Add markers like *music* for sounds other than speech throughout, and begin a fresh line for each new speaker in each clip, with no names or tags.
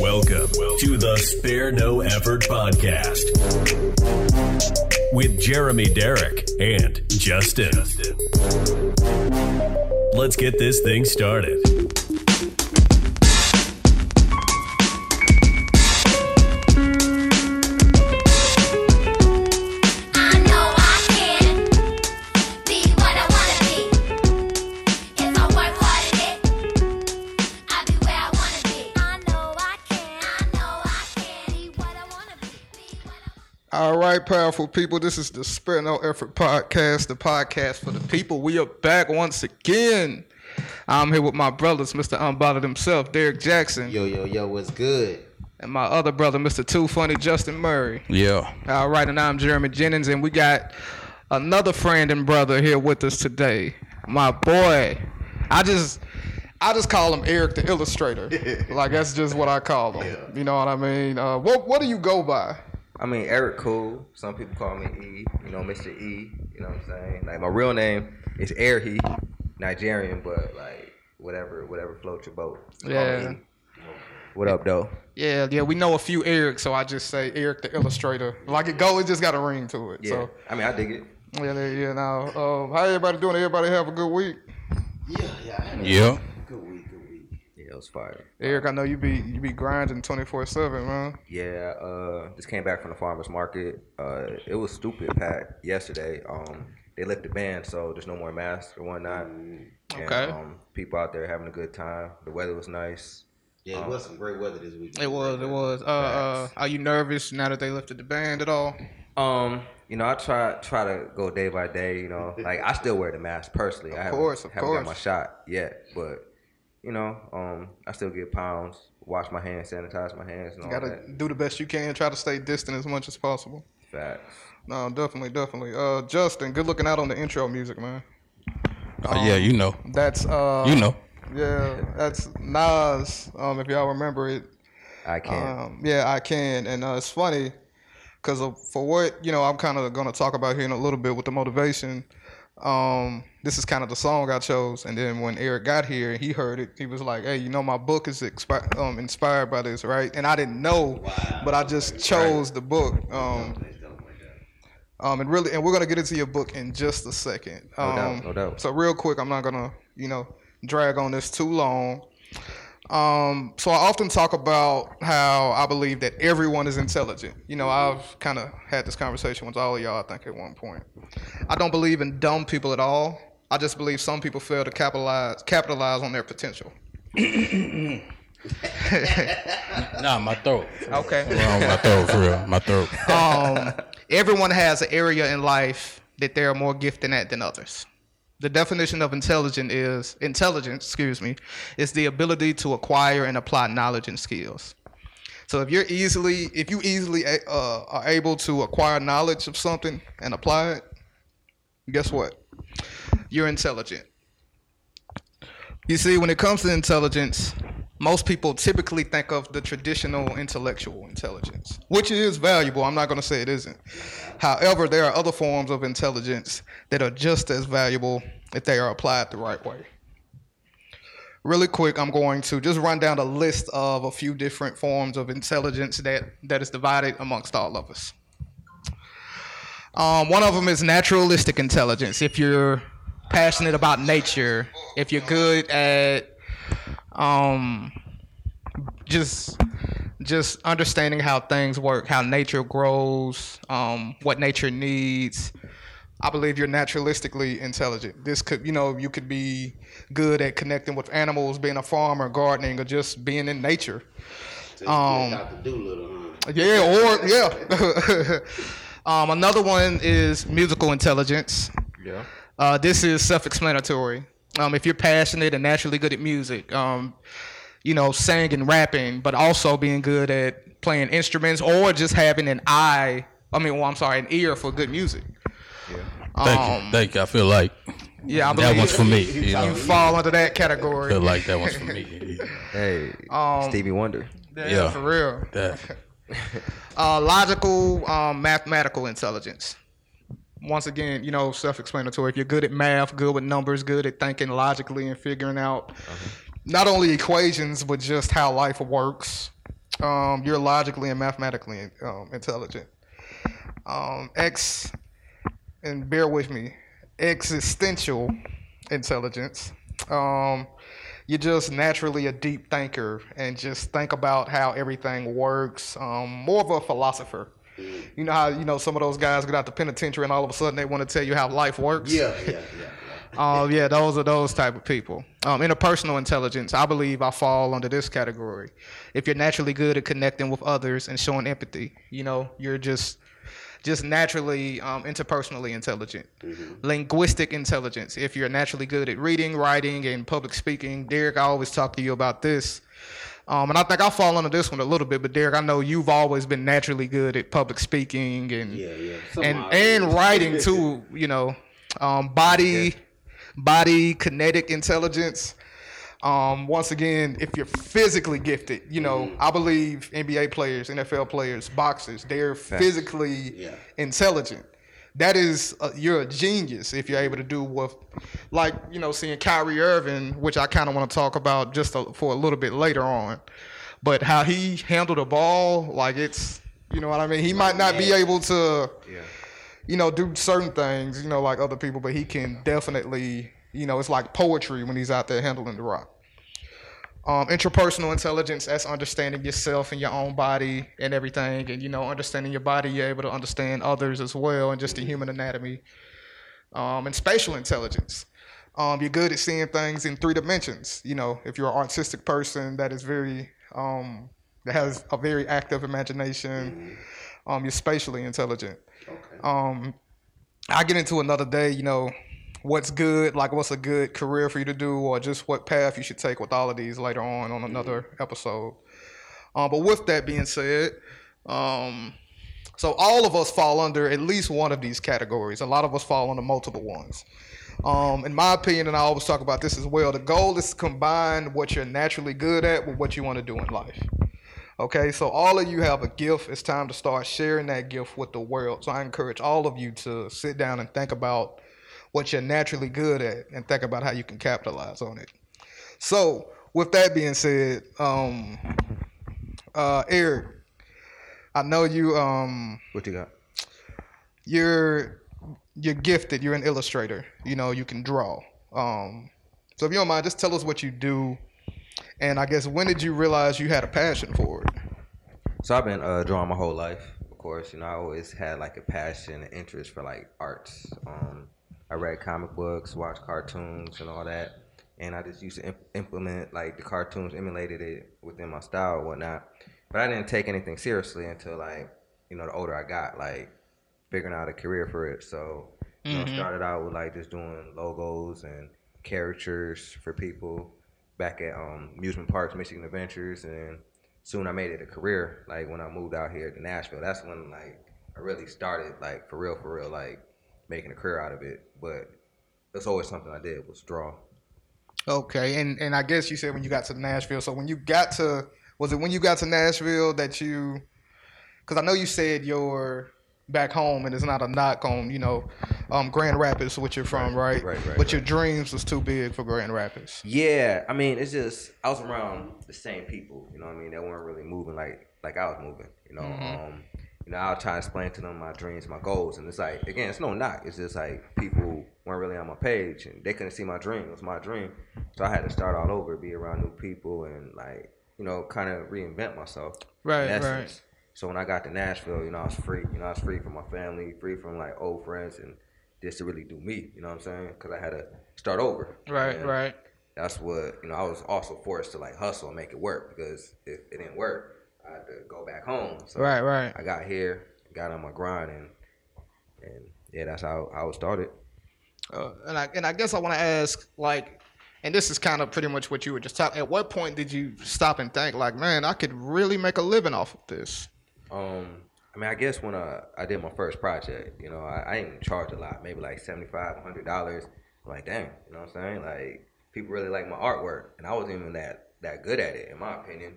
Welcome to the Spare No Effort Podcast with Jeremy Derrick and Justin. Let's get this thing started.
I know I can be what I wanna be. If I work hard at it, I'll be where I wanna be. I know I can, I know I can be what I wanna be, be what I wanna
All right, powerful people. This is the Spare No Effort podcast, the podcast for the people. We are back once again. I'm here with my brothers, Mr. Unbothered himself, Derek Jackson,
Yo, yo, yo, what's good?
and my other brother, Mr. Too Funny, Justin Murray.
Yeah.
All right, and I'm Jeremy Jennings, and we got another friend and brother here with us today. My boy, I just, I just call him Eric the Illustrator. like that's just what I call him. You know what I mean? Uh, what What do you go by?
I mean, Eric Cool. Some people call me E, you know, Mr. E, you know what I'm saying? Like, my real name is Erhi, Nigerian, but like, whatever, whatever floats your boat. Call me
Yeah.
E. What up, though?
Yeah, yeah, we know a few Eric, so I just say Eric the Illustrator. Like it go, it just got a ring to it.
Yeah. I mean, I dig it.
So yeah, there- yeah. Now, um, how everybody doing? Everybody have a good week.
Yeah.
Yeah, it was fire.
Eric, I know you be you be grinding twenty four seven, man.
Yeah, uh, just came back from the farmer's market. Uh, it was stupid packed yesterday. Um, they left the ban, so there's no more masks or whatnot.
Mm, Okay.
And, um, people out there having a good time. The weather was nice. Oh.
Yeah, it was some great weather this weekend.
It was, it was. Uh, uh, are you nervous now that they lifted the band at all?
Um, you know, I try try to go day by day.
*laughs*
You know, like I still wear the mask personally. I haven't,
course, of
haven't got my
course.
shot yet, but you know, um, I still get pounds. Wash my hands, sanitize my hands, and all
Got to
that.
do the best you can. Try to stay distant as much as possible.
Facts.
No, definitely, definitely. Uh, Justin, good looking out on the intro music, man.
Oh, yeah, you know.
That's uh,
You know.
yeah, that's Nas. Um, if y'all remember it,
I can't.
Um, yeah, I can, and uh, it's funny because for what you know, I'm kind of going to talk about here in a little bit with the motivation. Um, this is kind of the song I chose, and then when Eric got here, he heard it. He was like, "Hey, you know, my book is expi- um, inspired by this, right?" And I didn't know, but I just chose the book. Um, um, and really, and we're gonna get into your book in just a second. Um,
doubt, no doubt.
So real quick, I'm not gonna, you know, drag on this too long. Um, so I often talk about how I believe that everyone is intelligent. You know, I've kind of had this conversation with all of y'all, I think, at one point. I don't believe in dumb people at all. I just believe some people fail to capitalize capitalize on their potential.
Nah, my throat.
Okay.
Wrong, Oh, my throat, for real. My throat.
um, *laughs* everyone has an area in life that they are more gifted at than others. The definition of intelligent is intelligence, excuse me, is the ability to acquire and apply knowledge and skills. So if you're easily, if you easily uh, are able to acquire knowledge of something and apply it, guess what? You're intelligent. You see, when it comes to intelligence, most people typically think of the traditional intellectual intelligence, which is valuable. I'm not going to say it isn't. However, there are other forms of intelligence that are just as valuable if they are applied the right way. Really quick, I'm going to just run down a list of a few different forms of intelligence that, that is divided amongst all of us. Um, one of them is naturalistic intelligence. If you're passionate about nature, if you're good at um, just just understanding how things work, how nature grows, um, what nature needs. I believe you're naturalistically intelligent. This could, you know, you could be good at connecting with animals, being a farmer, gardening, or just being in nature.
Um, Dr. Doolittle, huh?
Yeah, or yeah. *laughs* um, another one is musical intelligence.
Yeah.
Uh, this is self-explanatory. Um, if you're passionate and naturally good at music, um, you know, singing, rapping, but also being good at playing instruments or just having an eye. I mean, well, I'm sorry, an ear for good music.
Thank you. Thank you. I feel like
Yeah, Um, I
that
believe
one's for me. You know,
you fall under that
I
category.
feel like that one's for me.
Hey,
um,
Stevie Wonder.
yeah.
for real.
That.
uh, logical, um, mathematical intelligence. Once again, you know, self-explanatory. If you're good at math, good with numbers, good at thinking logically and figuring out not only equations but just how life works. Um, you're logically and mathematically um, intelligent. Um, X, and bear with me, existential intelligence. Um, you're just naturally a deep thinker and just think about how everything works. Um, more of a philosopher. You know how you know some of those guys get out the penitentiary and all of a sudden they want to tell you how life works.
Yeah, yeah, yeah. yeah.
Oh yeah, those are those type of people. Um, interpersonal intelligence, I believe I fall under this category. If you're naturally good at connecting with others and showing empathy, you know, you're just just naturally um, interpersonally intelligent. Linguistic intelligence. If you're naturally good at reading, writing, and public speaking, Derek, I always talk to you about this. Um, and I think I fall under this one a little bit, but Derek, I know you've always been naturally good at public speaking and
Yeah, yeah. Some
and
odd
and
ones.
writing too. You know, um, body, body, kinetic intelligence. Um, once again, if you're physically gifted, you know,
Mm-hmm.
I believe NBA players, NFL players, boxers, they're physically
Yeah.
intelligent. That is, uh you're a genius if you're able to do what, like, you know, seeing Kyrie Irving, which I kind of want to talk about just a, for a little bit later on, but how he handled a ball, like it's, you know what I mean? He might not be able to, you know, do certain things, you know, like other people, but he can definitely, you know, it's like poetry when he's out there handling the rock. Um, interpersonal intelligence, that's understanding yourself and your own body and everything. And, you know, understanding your body, you're able to understand others as well and just the human anatomy. Um, and spatial intelligence. Um, you're good at seeing things in three dimensions. You know, if you're an artistic person that is very, um, that has a very active imagination, um, you're spatially intelligent
Okay.
um I get into another day, you know, what's good, like what's a good career for you to do, or just what path you should take with all of these later on on another episode. Um, but with that being said, um, so all of us fall under at least one of these categories. A lot of us fall under multiple ones. Um, in my opinion, and I always talk about this as well, the goal is to combine what you're naturally good at with what you want to do in life. Okay, so all of you have a gift. It's time to start sharing that gift with the world. So I encourage all of you to sit down and think about what you're naturally good at and think about how you can capitalize on it. So, with that being said, um, uh, Eric, I know you um,
What you got?
you're you're gifted. You're an illustrator. You know you can draw. Um, so if you don't mind, just tell us what you do, and I guess when did you realize you had a passion for it?
So I've been uh, drawing my whole life, of course. You know, I always had like a passion and interest for like arts. Um, I read comic books, watched cartoons, and all that. And I just used to imp- implement like the cartoons, emulated it within my style and whatnot. But I didn't take anything seriously until like you know the older I got, like figuring out a career for it. So you know, started out with like just doing logos and caricatures for people back at um, amusement parks, Michigan Adventures, and soon I made it a career. Like when I moved out here to Nashville, that's when like I really started like for real, for real, like making a career out of it. But that's always something I did was draw.
Okay, and and I guess you said when you got to Nashville. So when you got to, was it when you got to Nashville that you? Because I know you said you're back home, and it's not a knock on you know, um, Grand Rapids, which you're from, right?
Right, right, right,
But your dreams was too big for Grand Rapids.
Yeah, I mean, it's just I was around the same people, you know what I mean, that weren't really moving like like I was moving, you know.
Mm-hmm.
Um, you know, I'll try to explain to them my dreams, my goals, and it's like again, it's no knock. It's just like people weren't really on my page and they couldn't see my dream. It was my dream. So I had to start all over, be around new people and like, you know, kind of reinvent myself. in
Right,
essence.
right.
So when I got to Nashville, you know, I was free. You know, I was free from my family, free from like old friends and just to really do me, you know what I'm saying? Cuz I had to start over. And- that's what you know. I was also forced to like hustle and make it work because if it didn't work, I had to go back home. So
right, right.
I got here, got on my grind, and and yeah, that's how I was started.
Uh, and I and I guess I want to ask like. And this is kind of pretty much what you were just talking. At what point did you stop and think, like, man, I could really make a living off of this?
Um, I mean, I guess when I, I did my first project, you know, I, I didn't charge a lot, maybe like $75, $100. I'm like, dang, you know what I'm saying? Like, people really like my artwork, and I wasn't even that, that good at it, in my opinion.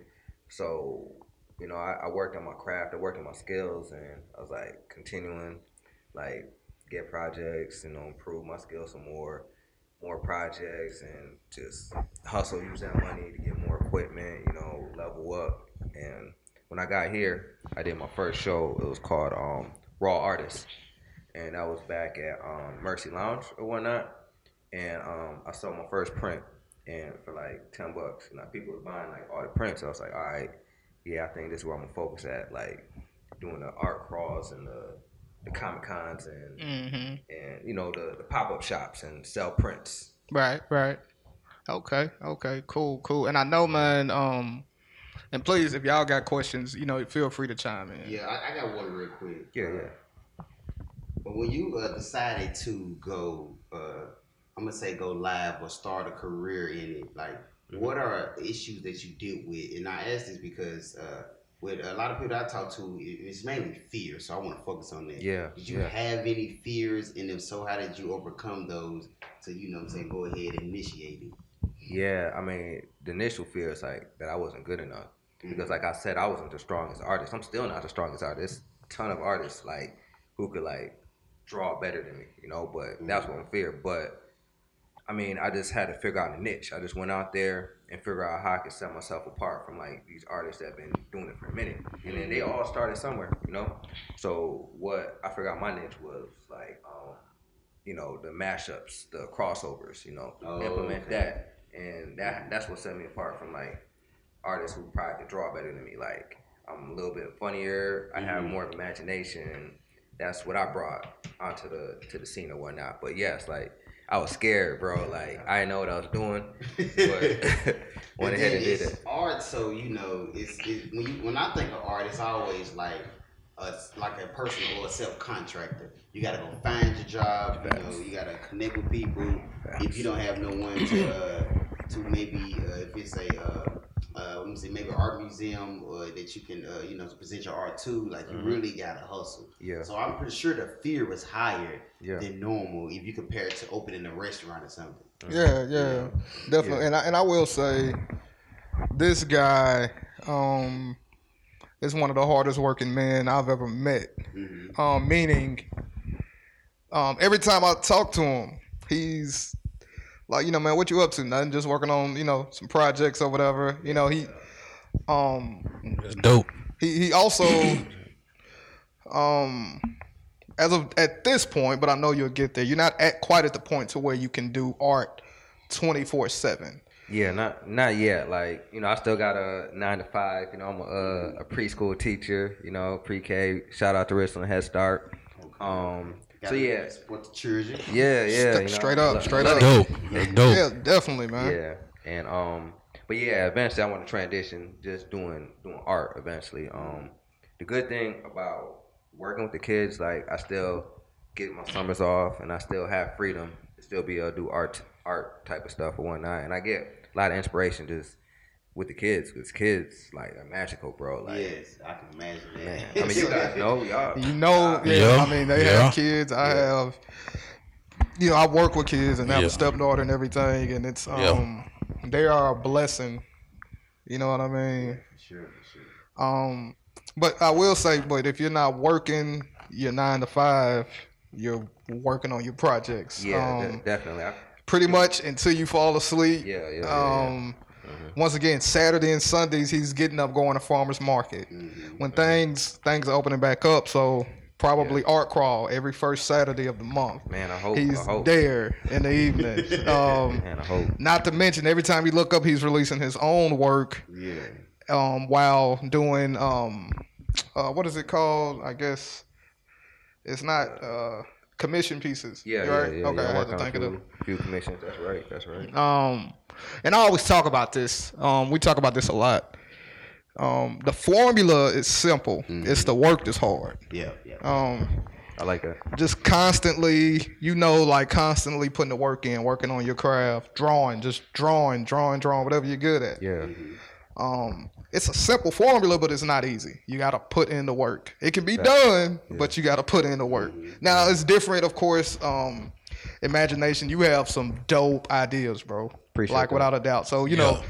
So, you know, I, I worked on my craft, I worked on my skills, and I was like, continuing, like, get projects, you know, improve my skills some more. more projects and just hustle, use that money to get more equipment, you know, level up. And when I got here, I did my first show. It was called um, Raw Artist. And that was back at um, Mercy Lounge or whatnot. And um, I sold my first print and for like 10 bucks. Now people were buying like all the prints. I was like, all right, yeah, I think this is where I'm gonna focus at, like doing the art crawls and the, the comic cons and
Mm-hmm.
and you know the, the pop up shops and sell prints.
Right, right. Okay, okay, cool, cool. And I know, man. Um, and please, if y'all got questions, you know, feel free to chime in.
Yeah, I, I got one real quick. Uh,
Yeah, yeah.
But when you uh, decided to go, uh, I'm gonna say go live or start a career in it, like
Mm-hmm.
what are issues that you deal with? And I ask this because uh, with a lot of people I talk to, it- it's mainly fear. So I want to focus on that.
Yeah,
Did you
yeah.
have any fears, and if so, how did you overcome those? So you know, what I'm saying, go ahead and initiate it.
Yeah, I mean the initial fear is like that I wasn't good enough
Mm-hmm.
because like I said I wasn't the strongest artist. I'm still not the strongest artist. Ton of artists like who could like draw better than me, you know.
Mm-hmm.
But that's what I'm fear. But I mean I just had to figure out a niche. I just went out there and figure out how I could set myself apart from like these artists that have been doing it for a minute, and then they
Mm-hmm.
all started somewhere, you know. So what I figured out my niche was like. um you know the mashups, the crossovers, you know,
Oh,
implement
okay.
that, and that that's what set me apart from like artists who probably could draw better than me. Like I'm a little bit funnier, I have more imagination. That's what I brought onto the to the scene and whatnot. But yes, like I was scared, bro. Like I didn't know what I was doing, *laughs* but went
And
ahead
then
and did
it's
it.
Art, so you know, it's, it's when you when I think of art, it's always like a like a person or a self contractor. You gotta go find your job. You know, you gotta connect with people. If you don't have no one to uh, to maybe uh, if it's a uh, uh, let me say maybe an art museum or that you can uh, you know present your art to, like you really gotta hustle.
Mm-hmm. Yeah.
So I'm pretty sure the fear was higher
Yeah.
than normal if you compare it to opening a restaurant or something.
Mm-hmm.
Yeah, yeah, definitely. And I and I will say, this guy um, is one of the hardest working men I've ever met. Um, meaning, um, every time I talk to him, he's like, you know, man, what you up to? Nothing, just working on you know some projects or whatever. You know, he um
That's dope.
he he
*clears throat*
also um as of at this point but i know you'll get there you're not at quite at the point to where you can do art 24-7
Yeah, not not yet. Like you know, I still got a nine to five. You know, I'm a, uh, a preschool teacher. You know, pre-K. Shout out to Richland Head Start. Um. So
Gotta
yeah,
Support the children.
yeah, yeah.
St-
you know,
straight up,
let-
straight up.
let it-
Dope. That's dope.
yeah definitely man
Yeah, and um, but yeah, eventually I want to transition just doing doing art. Eventually, um, the good thing about working with the kids, like I still get my summers off, and I still have freedom to still be able to do art art type of stuff or whatnot, and I get a lot of inspiration just with the kids, because kids like are magical, bro. Like,
Yes, I can imagine that. *laughs*
man, I mean, you guys know y'all.
you know yeah,
Yeah,
i mean they
yeah.
have kids i have you know i work with kids and i have
Yeah.
a stepdaughter and everything and it's
Yeah.
um they are a blessing you know what i mean
Sure, sure.
Um, but I will say, but if you're not working your nine to five, you're working on your projects.
Yeah, de-
um,
definitely. I,
pretty much until you fall asleep.
yeah, yeah, yeah, yeah. Mm-hmm.
Um, once again, Saturday and Sundays he's getting up going to farmers market
Mm-hmm,
when things things are opening back up. So probably art crawl every first Saturday of the month.
man, I hope. I
He's
hope.
there in the
*laughs*
evening. um,
Man, I hope.
not to mention, every time you look up, he's releasing his own work
Yeah.
um, while doing um, uh, what is it called? I guess it's not uh, commission pieces. You
Yeah, yeah,
right?
yeah.
Okay,
yeah,
I had
work
to
on a
think of
few-
them.
Few commissions. That's right. That's right.
Um, and I always talk about this. Um, we talk about this a lot. Um, the formula is simple.
Mm-hmm.
It's the work that's hard.
Yeah, yeah.
Oh,
Um,
I like that.
just constantly, you know, like constantly putting the work in, working on your craft, drawing, just drawing, drawing, drawing, whatever you're good at.
Yeah.
um it's a simple formula but it's not easy you gotta put in the work it can be done but you gotta put in the work now it's different of course um imagination you have some dope ideas bro
Appreciate
like
that.
without a doubt. So you know,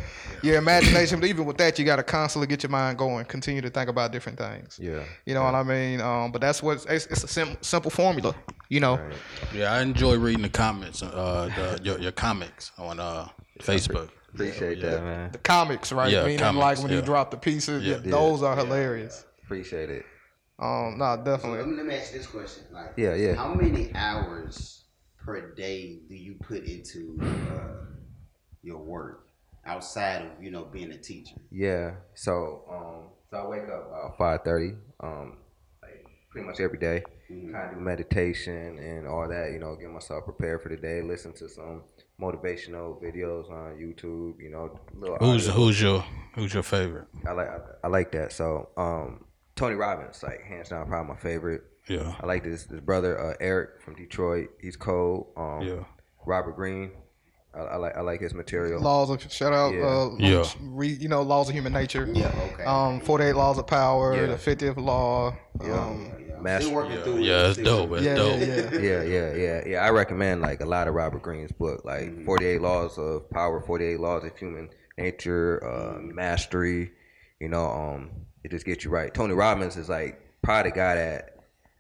your imagination. But even with that, you got to constantly get your mind going, continue to think about different things.
Yeah.
You know what I mean? Um, but that's what it's, it's a sim- simple formula. You know,
Yeah, I enjoy reading the comments, uh, the, your, your comics on uh, Facebook.
Appreciate that, man.
the comics, right?
Yeah,
Meaning
comics,
like when you
yeah.
drop the pieces, yeah,
Yeah.
those are hilarious.
Appreciate it.
Um, no,
So let,
definitely.
me, let me ask you this question. Like,
Yeah, yeah.
How many hours per day do you put into uh, your work outside of you know being a teacher?
Yeah. So um so I wake up about five thirty, um like pretty much every day. Kinda do meditation and all that, you know, get myself prepared for the day, listen to some motivational videos on YouTube, you know, little
Who's
audio.
who's your who's your favorite?
I like I, I like that. So um Tony Robbins, like hands down probably my favorite.
Yeah,
I like this this brother, uh, Eric from Detroit. He's cold. Um
yeah,
Robert Green. I, I like I like his material.
Laws of shout out,
Yeah.
uh,
Yeah.
re, you know, laws of human nature.
Yeah. Okay.
Um, forty eight laws of power,
Yeah.
the fiftieth law. Um,
yeah.
Master-
Still working
yeah.
through.
Yeah,
it.
it's dope. It's
yeah,
dope.
yeah, yeah.
yeah, yeah, yeah, yeah. I recommend like a lot of Robert Greene's book,
Mm-hmm.
like Forty Eight Laws of Power, Forty Eight Laws of Human Nature, uh,
Mm-hmm.
Mastery. You know, um, it just gets you right. Tony Robbins is like probably the guy that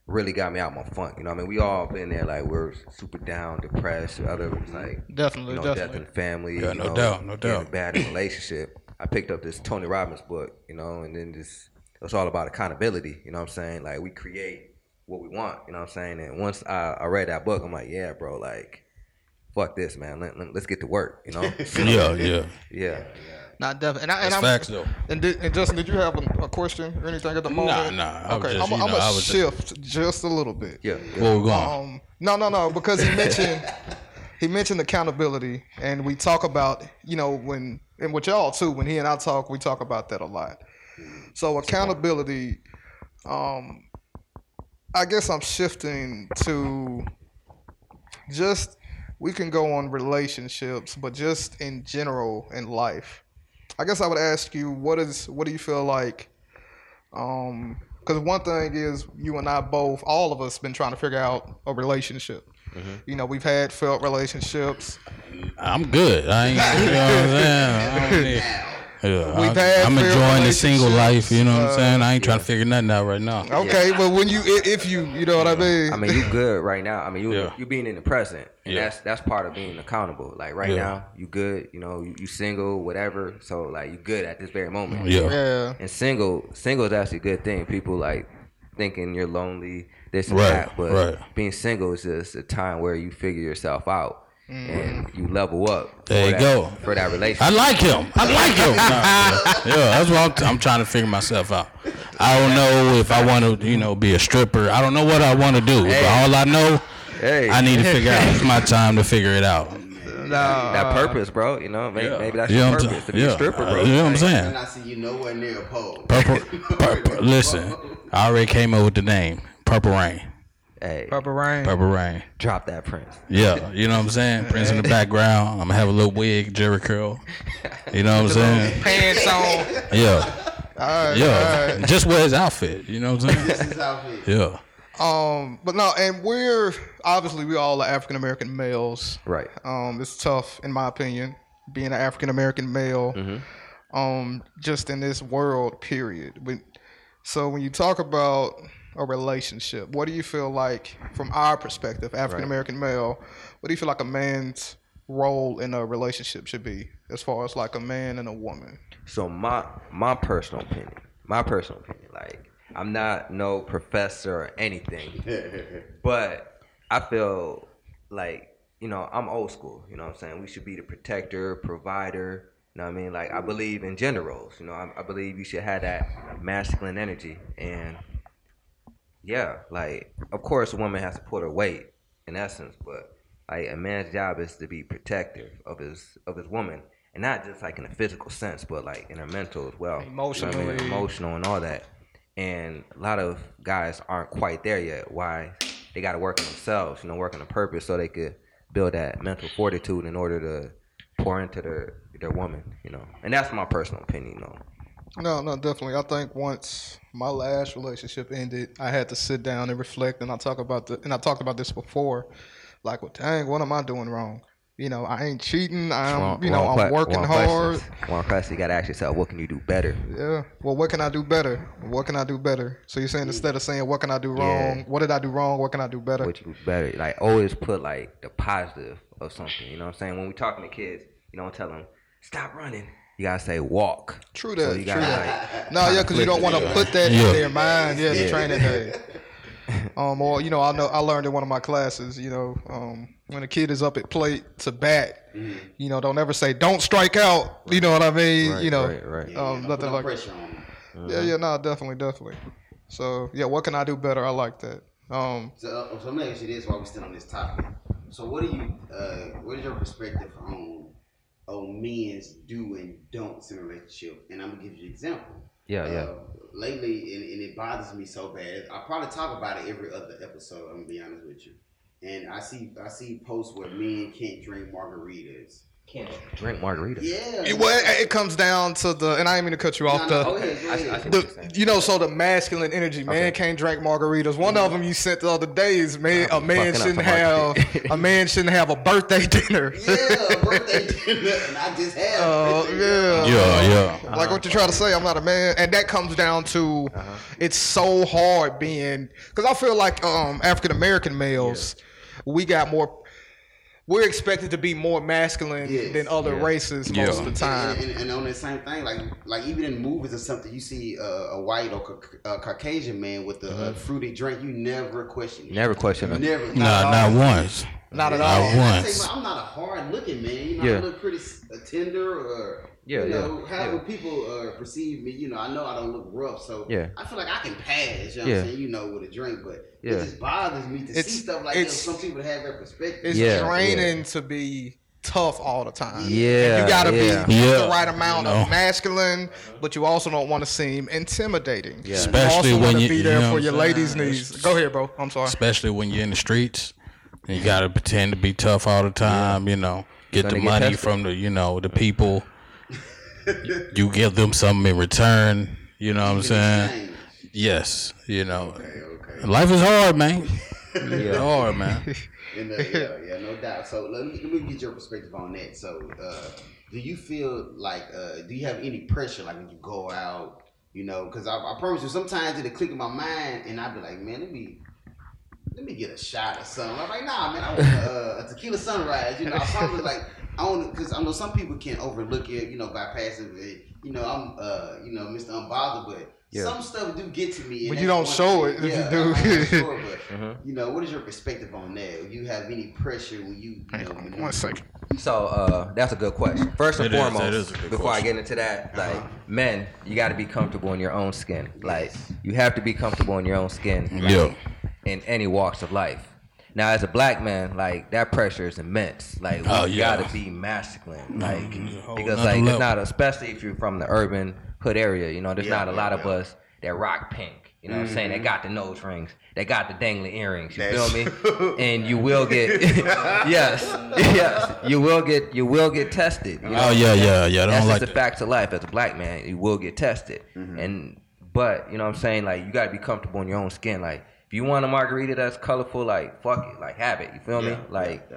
really got me out my funk. You know, what I mean, we all been there, like we're super down, depressed. Other like
Definitely,
you know, death
definitely.
and family.
Yeah,
you
no
know,
doubt, no
being
doubt.
in a
*clears throat*
Bad relationship. I picked up this Tony Robbins book, you know, and then just it's all about accountability. You know what I'm saying? Like we create what we want. You know what I'm saying? And once I, I read that book, I'm like, yeah, bro, like. Fuck this, man. Let, let, us get to work. You
*laughs*
know.
yeah, yeah.
yeah.
Not definitely. And, I, and
That's
I'm,
facts though.
And, did, and Justin, did you have a, a question or anything at the
Nah,
moment?
nah. I was
okay,
just-
I'm
you know, I
gonna
was just-
shift just a little bit.
Yeah. Yeah.
Where we going?
Um, no, no, no, because he mentioned *laughs* he mentioned accountability, and we talk about you know when and with y'all too. When he and I talk, we talk about that a lot. So accountability, um, I guess I'm shifting to just we can go on relationships, but just in general in life. I guess I would ask you what is what do you feel like um because one thing is you and i both all of us been trying to figure out a relationship
Mm-hmm.
you know we've had felt relationships
I'm good. I ain't.
*laughs*
You know what I'm saying? I don't need, yeah,
We've
I,
had
I'm
failed
enjoying the single
relationships,
life. You know what I'm
uh,
saying? I ain't trying to figure nothing out right now.
Oh,
okay but when you i- if you you know what i mean
I mean, you good right now. I mean, you
Yeah.
you being in the present, and
Yeah.
that's that's part of being accountable. Like right
Yeah.
now, you good. You know, you, you single, whatever. So like, you good at this very moment.
Yeah.
yeah
And single, single is actually a good thing. People like thinking you're lonely, this and
Right,
that. But
right.
being single is just a time where you figure yourself out and you level up.
There
for
you
that,
go.
for that
I
relationship.
like him. I like
*laughs*
him. Nah, yeah. yeah, that's what I'm, I'm trying to figure myself out. I don't know if I want to, you know, be a stripper. I don't know what I want to do. But
Hey.
all I know,
hey,
I need to figure out.
*laughs*
It's my time to figure it out.
Uh,
that purpose, bro. You know, maybe, maybe that's
You know
your
what I'm
purpose
sa-
to be
yeah.
a stripper, bro.
Uh, you know what I'm
And
saying?
I see you nowhere near a
um,
pole.
Purple. purple listen, I already came up with the name. Purple Rain.
Hey,
purple rain
Purple Rain.
drop that prince.
Yeah, you know what I'm saying? Prince in the background. I'm gonna have a little wig, Jerry curl. You know what I'm
*laughs*
saying?
pants on
Yeah. yeah. Just wear his outfit. You know what I'm saying?
This outfit.
Yeah.
um but no and we're obviously we all are african american males
Right.
um it's tough in my opinion being an african american male um just in this world period when so when you talk about a relationship what do you feel like from our perspective african american male what do you feel like a man's role in a relationship should be as far as like a man and a woman
So my my personal opinion, my personal opinion, like I'm not no professor or anything, but I feel like you know I'm old school. You know what I'm saying? We should be the protector, provider. You know what I mean? Like I believe in gender roles. You know, I, I believe you should have that masculine energy and yeah, like of course a woman has to put her weight in essence, but like a man's job is to be protective of his of his woman. And not just like in a physical sense, but like in her mental as well. You know what I mean?
Emotionally.
Emotional and all that. And a lot of guys aren't quite there yet. Why they gotta work on themselves, you know, work on a purpose so they could build that mental fortitude in order to pour into their their woman, you know. And that's my personal opinion though.
No, no, definitely. I think once my last relationship ended, I had to sit down and reflect, and I talk about the and I talked about this before, like, well, dang, what am I doing wrong? You know, I ain't cheating. I'm,
Wrong-
Um, you know,
wrong
I'm
que-
working
wrong
hard.
Question. Wrong question. You gotta ask yourself, what can you do better?
Yeah. Well, what can I do better? What can I do better? So you're saying instead of saying what can I do wrong,
Yeah.
what did I do wrong? What can I do better?
What you do better? Like always put like the positive of something. You know what I'm saying? When we talking to kids, you don't tell them stop running. You gotta say walk.
True that.
So
true
you gotta,
that. no, yeah, because you don't want to put that
Yeah.
in their mind. Yeah, the
Yeah.
training *laughs* day. Um, or you know, I know I learned in one of my classes. You know, um, when a kid is up at plate to bat, you know, don't ever say "don't strike out." You know what I mean? *laughs*
Right,
you know,
right, right.
Yeah,
Um,
yeah, don't
nothing
put no
like-
pressure on them.
yeah, yeah, no, definitely, definitely. So yeah, what can I do better? I like that. Um,
So, uh, so let me ask you this while we're still on this topic. So, what do you, uh, what is your perspective on on men's do and don'ts in a relationship? And I'm gonna give you an example.
Yeah, yeah.
Uh, lately, and, and it bothers me so bad. I probably talk about it every other episode. I'm gonna be honest with you. And I see, I see posts where men can't drink margaritas.
Drink margarita.
Yeah.
it, well, it, it comes down to the, and I didn't mean to cut you off.
No, no,
the
go ahead, go
I see- I
ahead.
see what you're
the
saying.
you know so the masculine energy man
Okay.
can't drink margaritas one of them you sent the other day is man a
I'm
man
fucking up
shouldn't
the
have
market.
a man shouldn't have a birthday *laughs* dinner
yeah, birthday dinner, and I just had.
Uh, yeah.
Yeah, yeah.
like what you try to say i'm not a man and that comes down to it's so hard being because i feel like um african american males we got more we're expected to be more masculine
Yes.
than other
Yeah.
races most
Yeah.
of the time
And, and, and on that same thing, like like even in movies or something, you see uh, a white or ca- uh, Caucasian man with a uh, fruity drink, you never question it.
Mm-hmm. Never question
You
it.
never.
Nah, not once.
not at
I
all
And I
once.
say, I'm not a hard looking man. You know, I
Yeah.
look pretty s- uh, tender or.
Yeah,
you know,
yeah,
however
yeah.
people uh, perceive me, you know, I know I don't look rough, so
Yeah.
I feel like I can pass, you know what
Yeah.
I'm saying, you know, with a drink, but it
Yeah.
just bothers me to
It's-
see stuff like that.
it's-
Some people have their perspective.
it's
Yeah, yeah.
draining to be tough all the time.
Yeah,
you gotta
yeah.
be
Yeah.
the right amount
No.
of masculine, but you also don't want to seem intimidating.
Yeah.
Especially
you also
when
wanna
you-
be
you
there
know
for
what
your
I'm
ladies'
saying?
needs. Go ahead, bro. I'm sorry.
Especially when you're in the streets, and you gotta pretend to be tough all the time. You know, get the
Gonna get
money
tested.
from the you know the people. you give them something in return. You know what I'm saying?
Dang.
Yes. You know,
Okay.
life is hard, man. It's
Yeah.
hard, man.
And,
*laughs*
uh, yeah, yeah, no doubt. So let me, let me get your perspective on that. So, uh, do you feel like uh, do you have any pressure like when you go out? You know, because I, I promise you, sometimes it'll click in my mind, and I'll be like, man, let me let me get a shot or something. I'm like, nah, man, I want uh, a tequila sunrise. You know, I probably like I want because I know some people can overlook it. You know, bypass it. but, You know, I'm uh, you know, Mr. Unbothered, but.
Yeah.
Some stuff do get to me, and
But you
that's
don't
one
show
thing-
it *laughs* if you
yeah,
do.
I don't show it,
Mhm.
but
Mm-hmm.
you know, what is your perspective on that? You have any pressure when you, you know, when you-
One second.
So uh, that's a good question. First and
It is, that
foremost,
is a good
before I
question.
get into that, like men, you got to be comfortable in your own skin. Like you have to be comfortable in your own skin. like,
Yeah.
In any walks of life. Now, as a black man, like that pressure is immense. Like we
Oh, yeah. Mm-hmm.
gotta be masculine, like
a whole
because
nother
like it's
level.
not, especially if you're from the urban hood area. You know, there's not a lot of us that rock pink. You know what I'm saying? They got the nose rings. They got the dangling earrings. You
Mm-hmm. That's
feel me?
true.
and you will get *laughs*
*laughs*
yes, yes, you will get you will get tested. You know?
Oh yeah, yeah, yeah. I
That's
don't
just
like
the
that.
facts of life. As a black man, you will get tested,
Mm-hmm.
and but you know what I'm saying. Like you gotta be comfortable in your own skin. Like if you want a margarita that's colorful, like fuck it, like have it. You feel me?
Yeah,
Like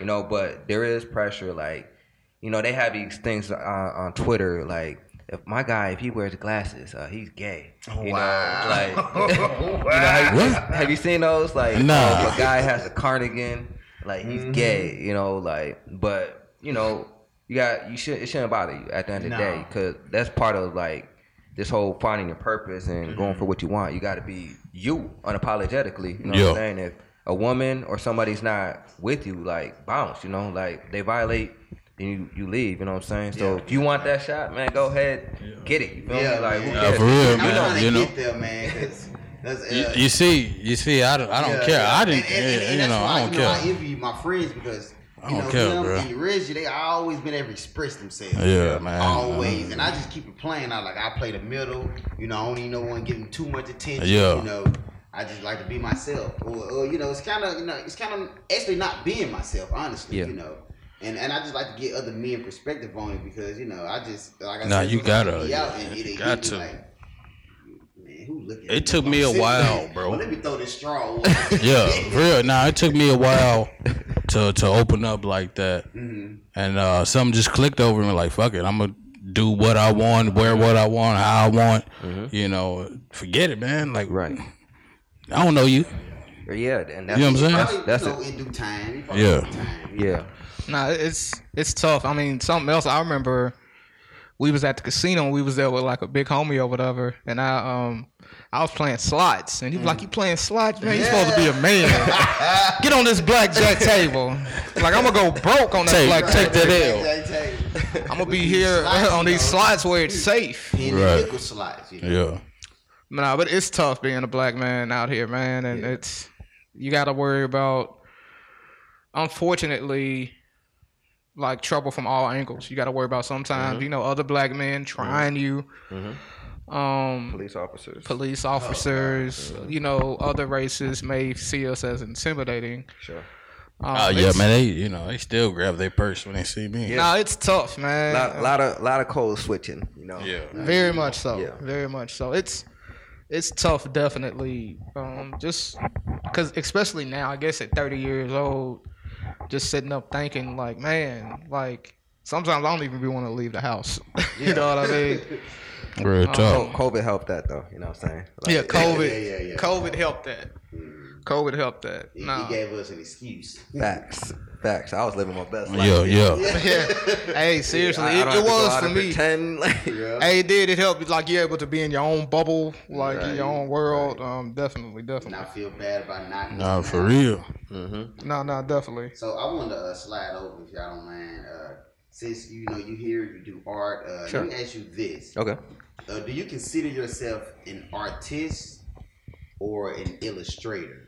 you know, but there is pressure. Like you know, they have these things on, on Twitter. Like if my guy, if he wears glasses, uh, he's gay. You
Wow.
know,
*laughs*
like *laughs* you know, have, you,
What?
have you seen those? Like,
Nah.
um, a guy has a cardigan, like he's gay, you know, like, but you know, you got you should it shouldn't bother you at the end of the day because that's part of like this whole finding your purpose and going for what you want. You got to be you unapologetically. You know
Yeah.
what I'm saying? If a woman or somebody's not with you, like bounce. You know, like they violate. Then you, you leave, you know what I'm saying? So if you want that shot, man, go ahead, get it. You feel
Yeah,
me? Like who
man.
Yeah,
cares?
for real,
I'm trying
man.
to
You know.
get there, man. 'cause that's,
You,
uh,
you see, you see, I don't, I don't
yeah,
care.
yeah.
I didn't,
And- and-
yeah,
and
you
that's
know,
why,
I don't
you know, I
care.
envy my friends because
I
you
don't
know
care,
them
bro.
and Reggie, they always been able to express themselves.
Yeah, man.
Always, and I just keep it playing. I like I play the middle. You know, I don't need no one giving too much attention.
Yeah.
You know, I just like to be myself. Or, or you know, it's kind of you know, it's kind of actually not being myself, honestly.
Yeah.
You know. And, and I just like to get other men perspective on it because you know I just like I
Nah,
said,
you
sometimes
gotta,
it be out and
yeah,
it-
you
it
got
be
to.
like, man, who you looking
It
*laughs*
took me a
Sit
while,
back.
bro.
Well, let me throw this straw. away.
*laughs* *laughs* Yeah, for real. Now it took me a while to to open up like that,
Mm-hmm.
and uh, something just clicked over me. Like fuck it, I'm gonna do what I want, wear what I want, how I want. You know, forget it, man. Like
Right.
I don't know you.
Yeah, and that's
You know what I'm saying?
That's, that's
Probably, you know,
it.
in due time. you probably
Yeah.
in due time.
Yeah.
Nah, it's it's tough. I mean, something else. I remember we was at the casino. and We was there with like a big homie or whatever, and I um I was playing slots, and he was like, "You playing slots, man? You supposed to be a man. Get on this
*laughs*
blackjack table. Like I'm gonna go broke on that
Take-
blackjack
take that
table.
L.
*laughs*
I'm gonna be here uh,
Slots,
on these
you know.
slots where it's safe.
In
Right.
the nickel slots, you know.
Yeah,
Nah, but it's tough being a black man out here, man, and it's you got to worry about. Unfortunately, like trouble from all angles. You got to worry about sometimes,
Mm-hmm.
you know, other black men trying you, um,
Police officers.
Oh,
police officers, you know, other races may see us as intimidating.
Sure.
Um,
oh yeah,
it's-
man. They you know they still grab their purse when they see me.
Nah, it's tough, man.
A lot, lot of lot of code switching, you know.
Yeah,
Very much so.
Yeah.
Very much so. It's it's tough, definitely. Um, just because, especially now, I guess at 30 years old, just sitting up thinking like, man, like sometimes I don't even want to leave the house. *laughs* you know what I mean?
real
Co-
talk.
COVID helped that though, you know what I'm saying? Like,
yeah, COVID.
yeah, yeah.
COVID helped that. COVID helped that.
He,
Nah. *laughs*
he gave us an excuse.
Facts. Facts. I was living my best life.
Yeah, yeah.
yeah. Hey, seriously,
I- I
it,
don't
it
have to go
was
out
for
and
me.
Pretend, *laughs* like,
Hey, it did. It helped. Like you're able to be in your own bubble, like in
Right,
your own world. Um, definitely, definitely.
And I feel bad about not.
Nah,
knowing
for
how.
real. Mm-hmm.
No, no, definitely.
So I want to uh, slide over if y'all don't mind. Uh, since you know you here, you do art. Uh,
Sure.
Let me ask you this:
Okay.
uh, Do you consider yourself an artist or an illustrator?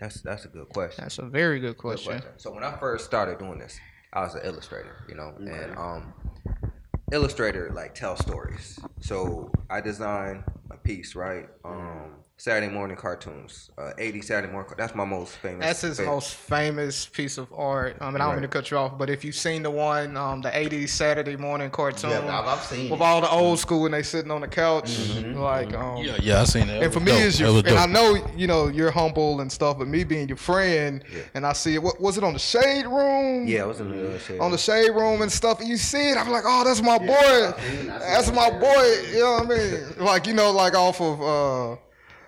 That's that's a good question.
That's a very good
Good
question.
question. So when I first started doing this, I was an illustrator, you know, and um illustrator like tell stories. So I design a piece, right? Um Saturday morning cartoons. Uh 80 Saturday morning car- that's my most famous
That's his
fa-
most famous piece of art. I mean, I don't mean to
Right.
cut you off, but if you've seen the one, um, the '80s Saturday morning cartoon
Yeah, I've, I've seen.
with
It.
all the old school and they sitting on the couch, like, um,
Yeah, yeah. I seen that. It
and for
was
me,
dope.
it's
It
your,
was
and I
dope.
know you know you're humble and stuff, but me being your friend, and I see it. What was it on the shade room?
Yeah, I was in the uh, shade.
On the shade room and stuff, and you see it, I'm like, oh, that's my boy,
seen- I seen
that's
it.
my
Oh
boy. You know what I mean? like, you know, like off of, uh,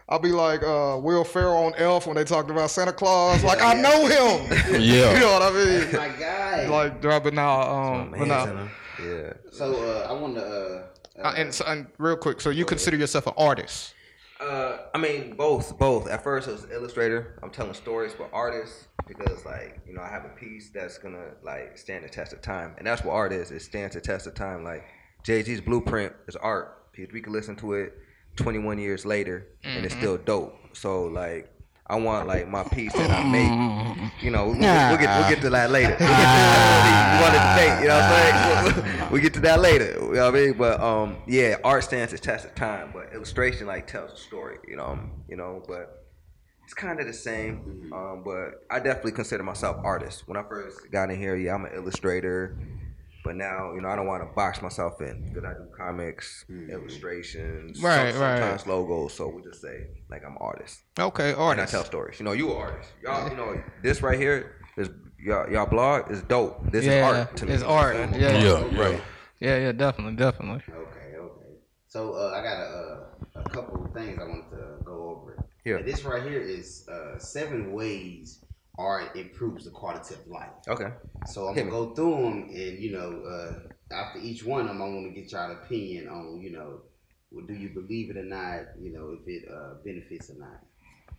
I'll be like uh, Will Ferrell on Elf when they talked about Santa Claus. Like, I know him. *laughs* You
Yeah,
know what I mean?
My God.
Like, dra- but now, um, but
Man,
now,
son, yeah.
so uh, I want to. Uh, uh,
uh, and, so- and real quick, so you consider yourself an artist?
Uh, I mean, both, both. At first, it was illustrator. I'm telling stories for artists because, like, you know, I have a piece that's gonna like stand the test of time, and that's what art is. It stands the test of time. Like Jay Z's blueprint is art because we can listen to it 21 years later, and it's still dope. So, like, I want like my piece that I make. You know, we'll, we'll get we'll get to that later. We'll get to that later. You want to debate? You know what I'm saying? We'll get to that later. You know what I mean? But um, yeah, art stands the test of time, but illustration like tells a story. You know, um, you know, but it's kind of the same. Um, but I definitely consider myself artist. When I first got in here, yeah, I'm an illustrator. But now, you know, I don't want to box myself in because I do comics, illustrations, some-
Right, right.
sometimes logos. So we just say like I'm an artist
Okay,
and I
artist.
tell stories. You know, you an artist. Y'all, you know, this right here is y'all, y'all blog is dope. This
yeah,
is art to me.
it's art. Yeah, yeah,
yeah, right.
yeah, definitely,
*laughs*
definitely.
Okay, okay. So uh, I got a, uh, a couple of things I wanted to go over.
Yeah.
And this right here is uh, seven ways art improves the quality of life.
Okay.
So I'm
Hit
gonna go through them, and you know, uh, after each one of them, I want to get y'all opinion on, you know, well, do you believe it or not? You know, if it uh, benefits or not.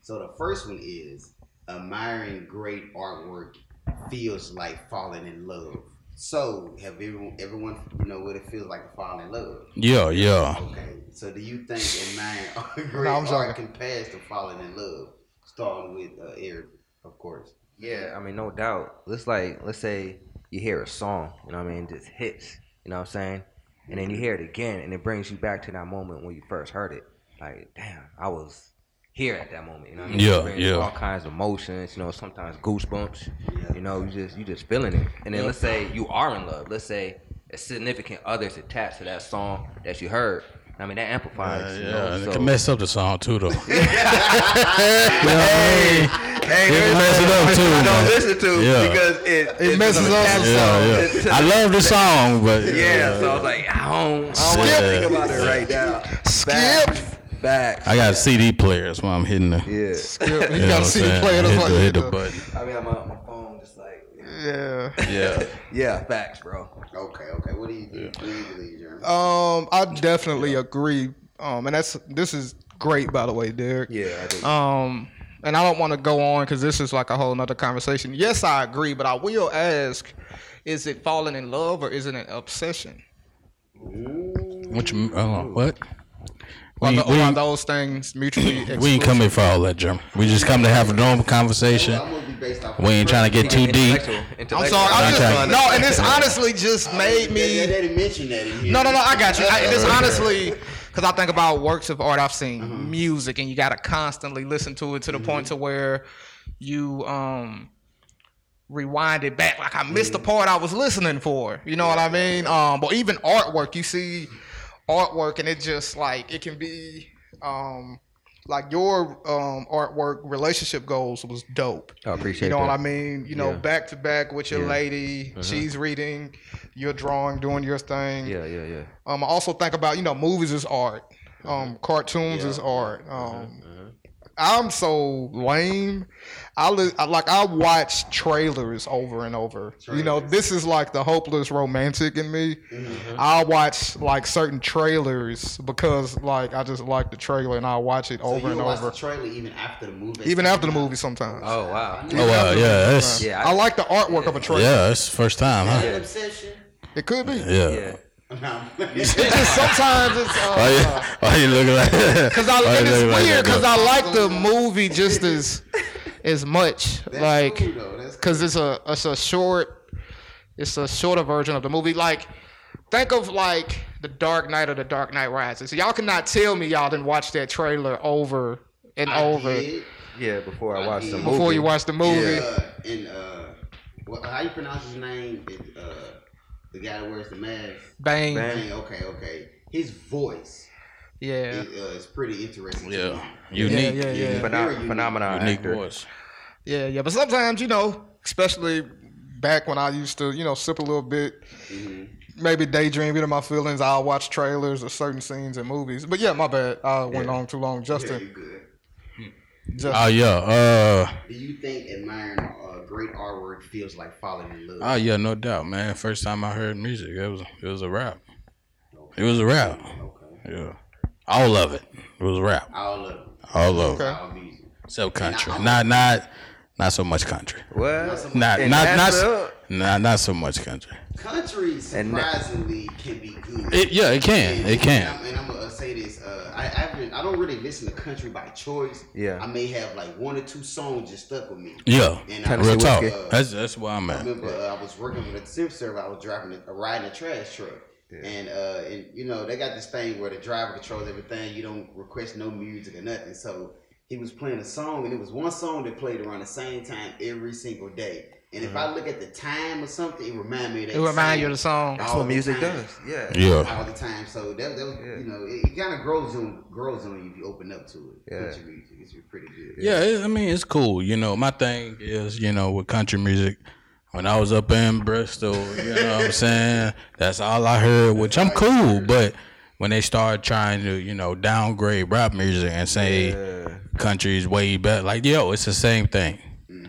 So the first one is admiring great artwork feels like falling in love. So have everyone, everyone, you know, what it feels like to fall in love.
Yeah, yeah.
Okay. So do you think *laughs* admiring great
No, I'm sorry.
art can pass to falling in love? Starting with uh, Eric, of course.
Yeah, I mean, no doubt. Let's like, let's say you hear a song, you know what I mean, just hits, you know what I'm saying? And then you hear it again, and it brings you back to that moment when you first heard it. Like, damn, I was here at that moment, you know what I mean?
Yeah,
It brings
yeah.
All kinds of emotions, you know, sometimes goosebumps, you know, you just, you just feeling it. And then let's say you are in love. Let's say a significant other's attached to that song that you heard. I mean, that amplifies.
Uh,
you
yeah,
know,
and
so-
it can mess up the song too, though. You know what I mean?
Hey,
It
there's
messes
another
up
one
too,
I don't
man.
listen to
Yeah.
because it it's
messes
gonna
up
tap
the
Yeah,
to-
yeah.
to-
I love the song, but
Yeah, so I was like, I don't, I don't want to
Skip.
think about it right now. Skip. Back.
I got a CD player. That's why I'm hitting the.
Yeah.
Yeah,
You
you
know what
gotta
I'm
see the
saying?
player. That's
Hit
like,
the, hit the button.
I mean, I'm on my phone, just like,
yeah.
Yeah.
*laughs* yeah, facts, bro.
Okay, okay. What do you do? What do you believe, Jeremy?
Um, I definitely agree. Um, and that's this is great, by the way, Derek.
Yeah, I do.
Um, and I don't want to go on because this is like a whole nother conversation. Yes, I agree, but I will ask: Is it falling in love or is it an obsession?
What you? Oh, what?
Are,
We,
the-
we,
are those things mutually?
we ain't coming for all that, Jeremy. We just come to have a normal conversation.
I'm gonna be based off.
We ain't trying to get too deep.
Intellectual,
I'm
intellectual.
sorry. I'm
Contact.
just, no, and this honestly just made
They,
me.
they didn't mention that. In here.
No, no, no. I got you. I, this honestly, because I think about works of art I've seen,
Mm-hmm.
music, and you got to constantly listen to it to the point to where you um rewind it back. Like I missed the part I was listening for. You know what I mean? Um, but even artwork, you see artwork, and it just like it can be um like your um artwork relationship goals was dope.
I Oh, appreciate
You know
that.
what I mean? You know,
Yeah.
back to back with your
Yeah. Uh-huh.
lady, she's reading, you're drawing, doing your thing.
Yeah, yeah, yeah.
Um, I also think about you know movies is art,
Uh-huh.
um, cartoons is
Yeah.
art. Um, I'm so lame. I, li- I like I watch trailers over and over. You know, this is like the hopeless romantic in me.
Mm-hmm.
I watch like certain trailers because like I just like the trailer and I watch it
So
over
you
and
watch
over,
the trailer even after the movie.
even after the movie sometimes.
Oh, wow.
Oh, wow. Yeah. That's, yeah.
Yeah,
I, like the artwork of a trailer.
That's the first time,
Is that an
huh?
obsession. *laughs*
It could be.
Yeah.
Yeah.
*laughs* Just sometimes it's. Uh,
Why you, why you looking like that?
Cause I,
Why you
and it's
looking like
weird
that,
because
though?
I like the movie just as as much. like,
cool, though. That's
cause it's a it's a short, it's a shorter version of the movie. Like, think of like the Dark Knight or the Dark Knight Rises. Y'all cannot tell me y'all didn't watch that trailer over and
I
over
did,
Yeah, before I watched the movie.
before you watch the movie.
Uh, and uh, what, how you pronounce his name? It, uh, the guy that wears the mask.
Bang.
Bang.
Dang, okay, okay. His voice
Yeah.
is, uh, is pretty interesting. to me.
Yeah. Unique.
Yeah, yeah, yeah.
Very
Phenom-
unique.
phenomenon
Unique
actor.
voice.
Yeah, yeah. But sometimes, you know, especially back when I used to, you know, sip a little bit, maybe daydream, get in my feelings, I'll watch trailers or certain scenes in movies. But yeah, my bad. I went on too long.
Very
Justin.
good.
Justin.
Oh yeah. Uh.
Do you think admiring uh, great artwork feels like falling in love?
Oh yeah, no doubt, man. First time I heard music, it was it was a rap. It was a rap.
okay.
Yeah. All of it. It was rap.
All of it.
All of it.
All music.
Except country. Not not not so much country.
What?
Not
And
not not
that's
s-
up.
not, not so much country.
Country surprisingly can be good.
It, yeah, it can. It can.
And I'm, gonna say this. Uh, I I've been, I don't really listen to country by choice.
Yeah.
I may have like one or two songs just stuck with me.
Yeah.
And I
Real
was,
talk.
uh,
That's that's where I'm
I
at.
remember uh, I was working with a tip server. I was driving a, riding a trash truck, and uh, and you know they got this thing where the driver controls everything. You don't request no music or nothing. So he was playing a song, and it was one song that played around the same time every single day. And if
Mm-hmm.
I look at the time or something, it remind me of that.
it remind
song
you of the song.
all
That's what
the
music
time.
does. Yeah.
Yeah.
All the time, so that, that was,
Yeah.
you know, it, it kind of grows on grows on you if you open up to it.
Yeah.
Country music, it's pretty good.
Yeah, it, I mean it's cool. You know, my thing is, you know, with country music, when I was up in Bristol, you know what I'm saying? That's all I heard, which I'm cool, but when they start trying to, you know, downgrade rap music and say country is way better, like yo, it's the same thing.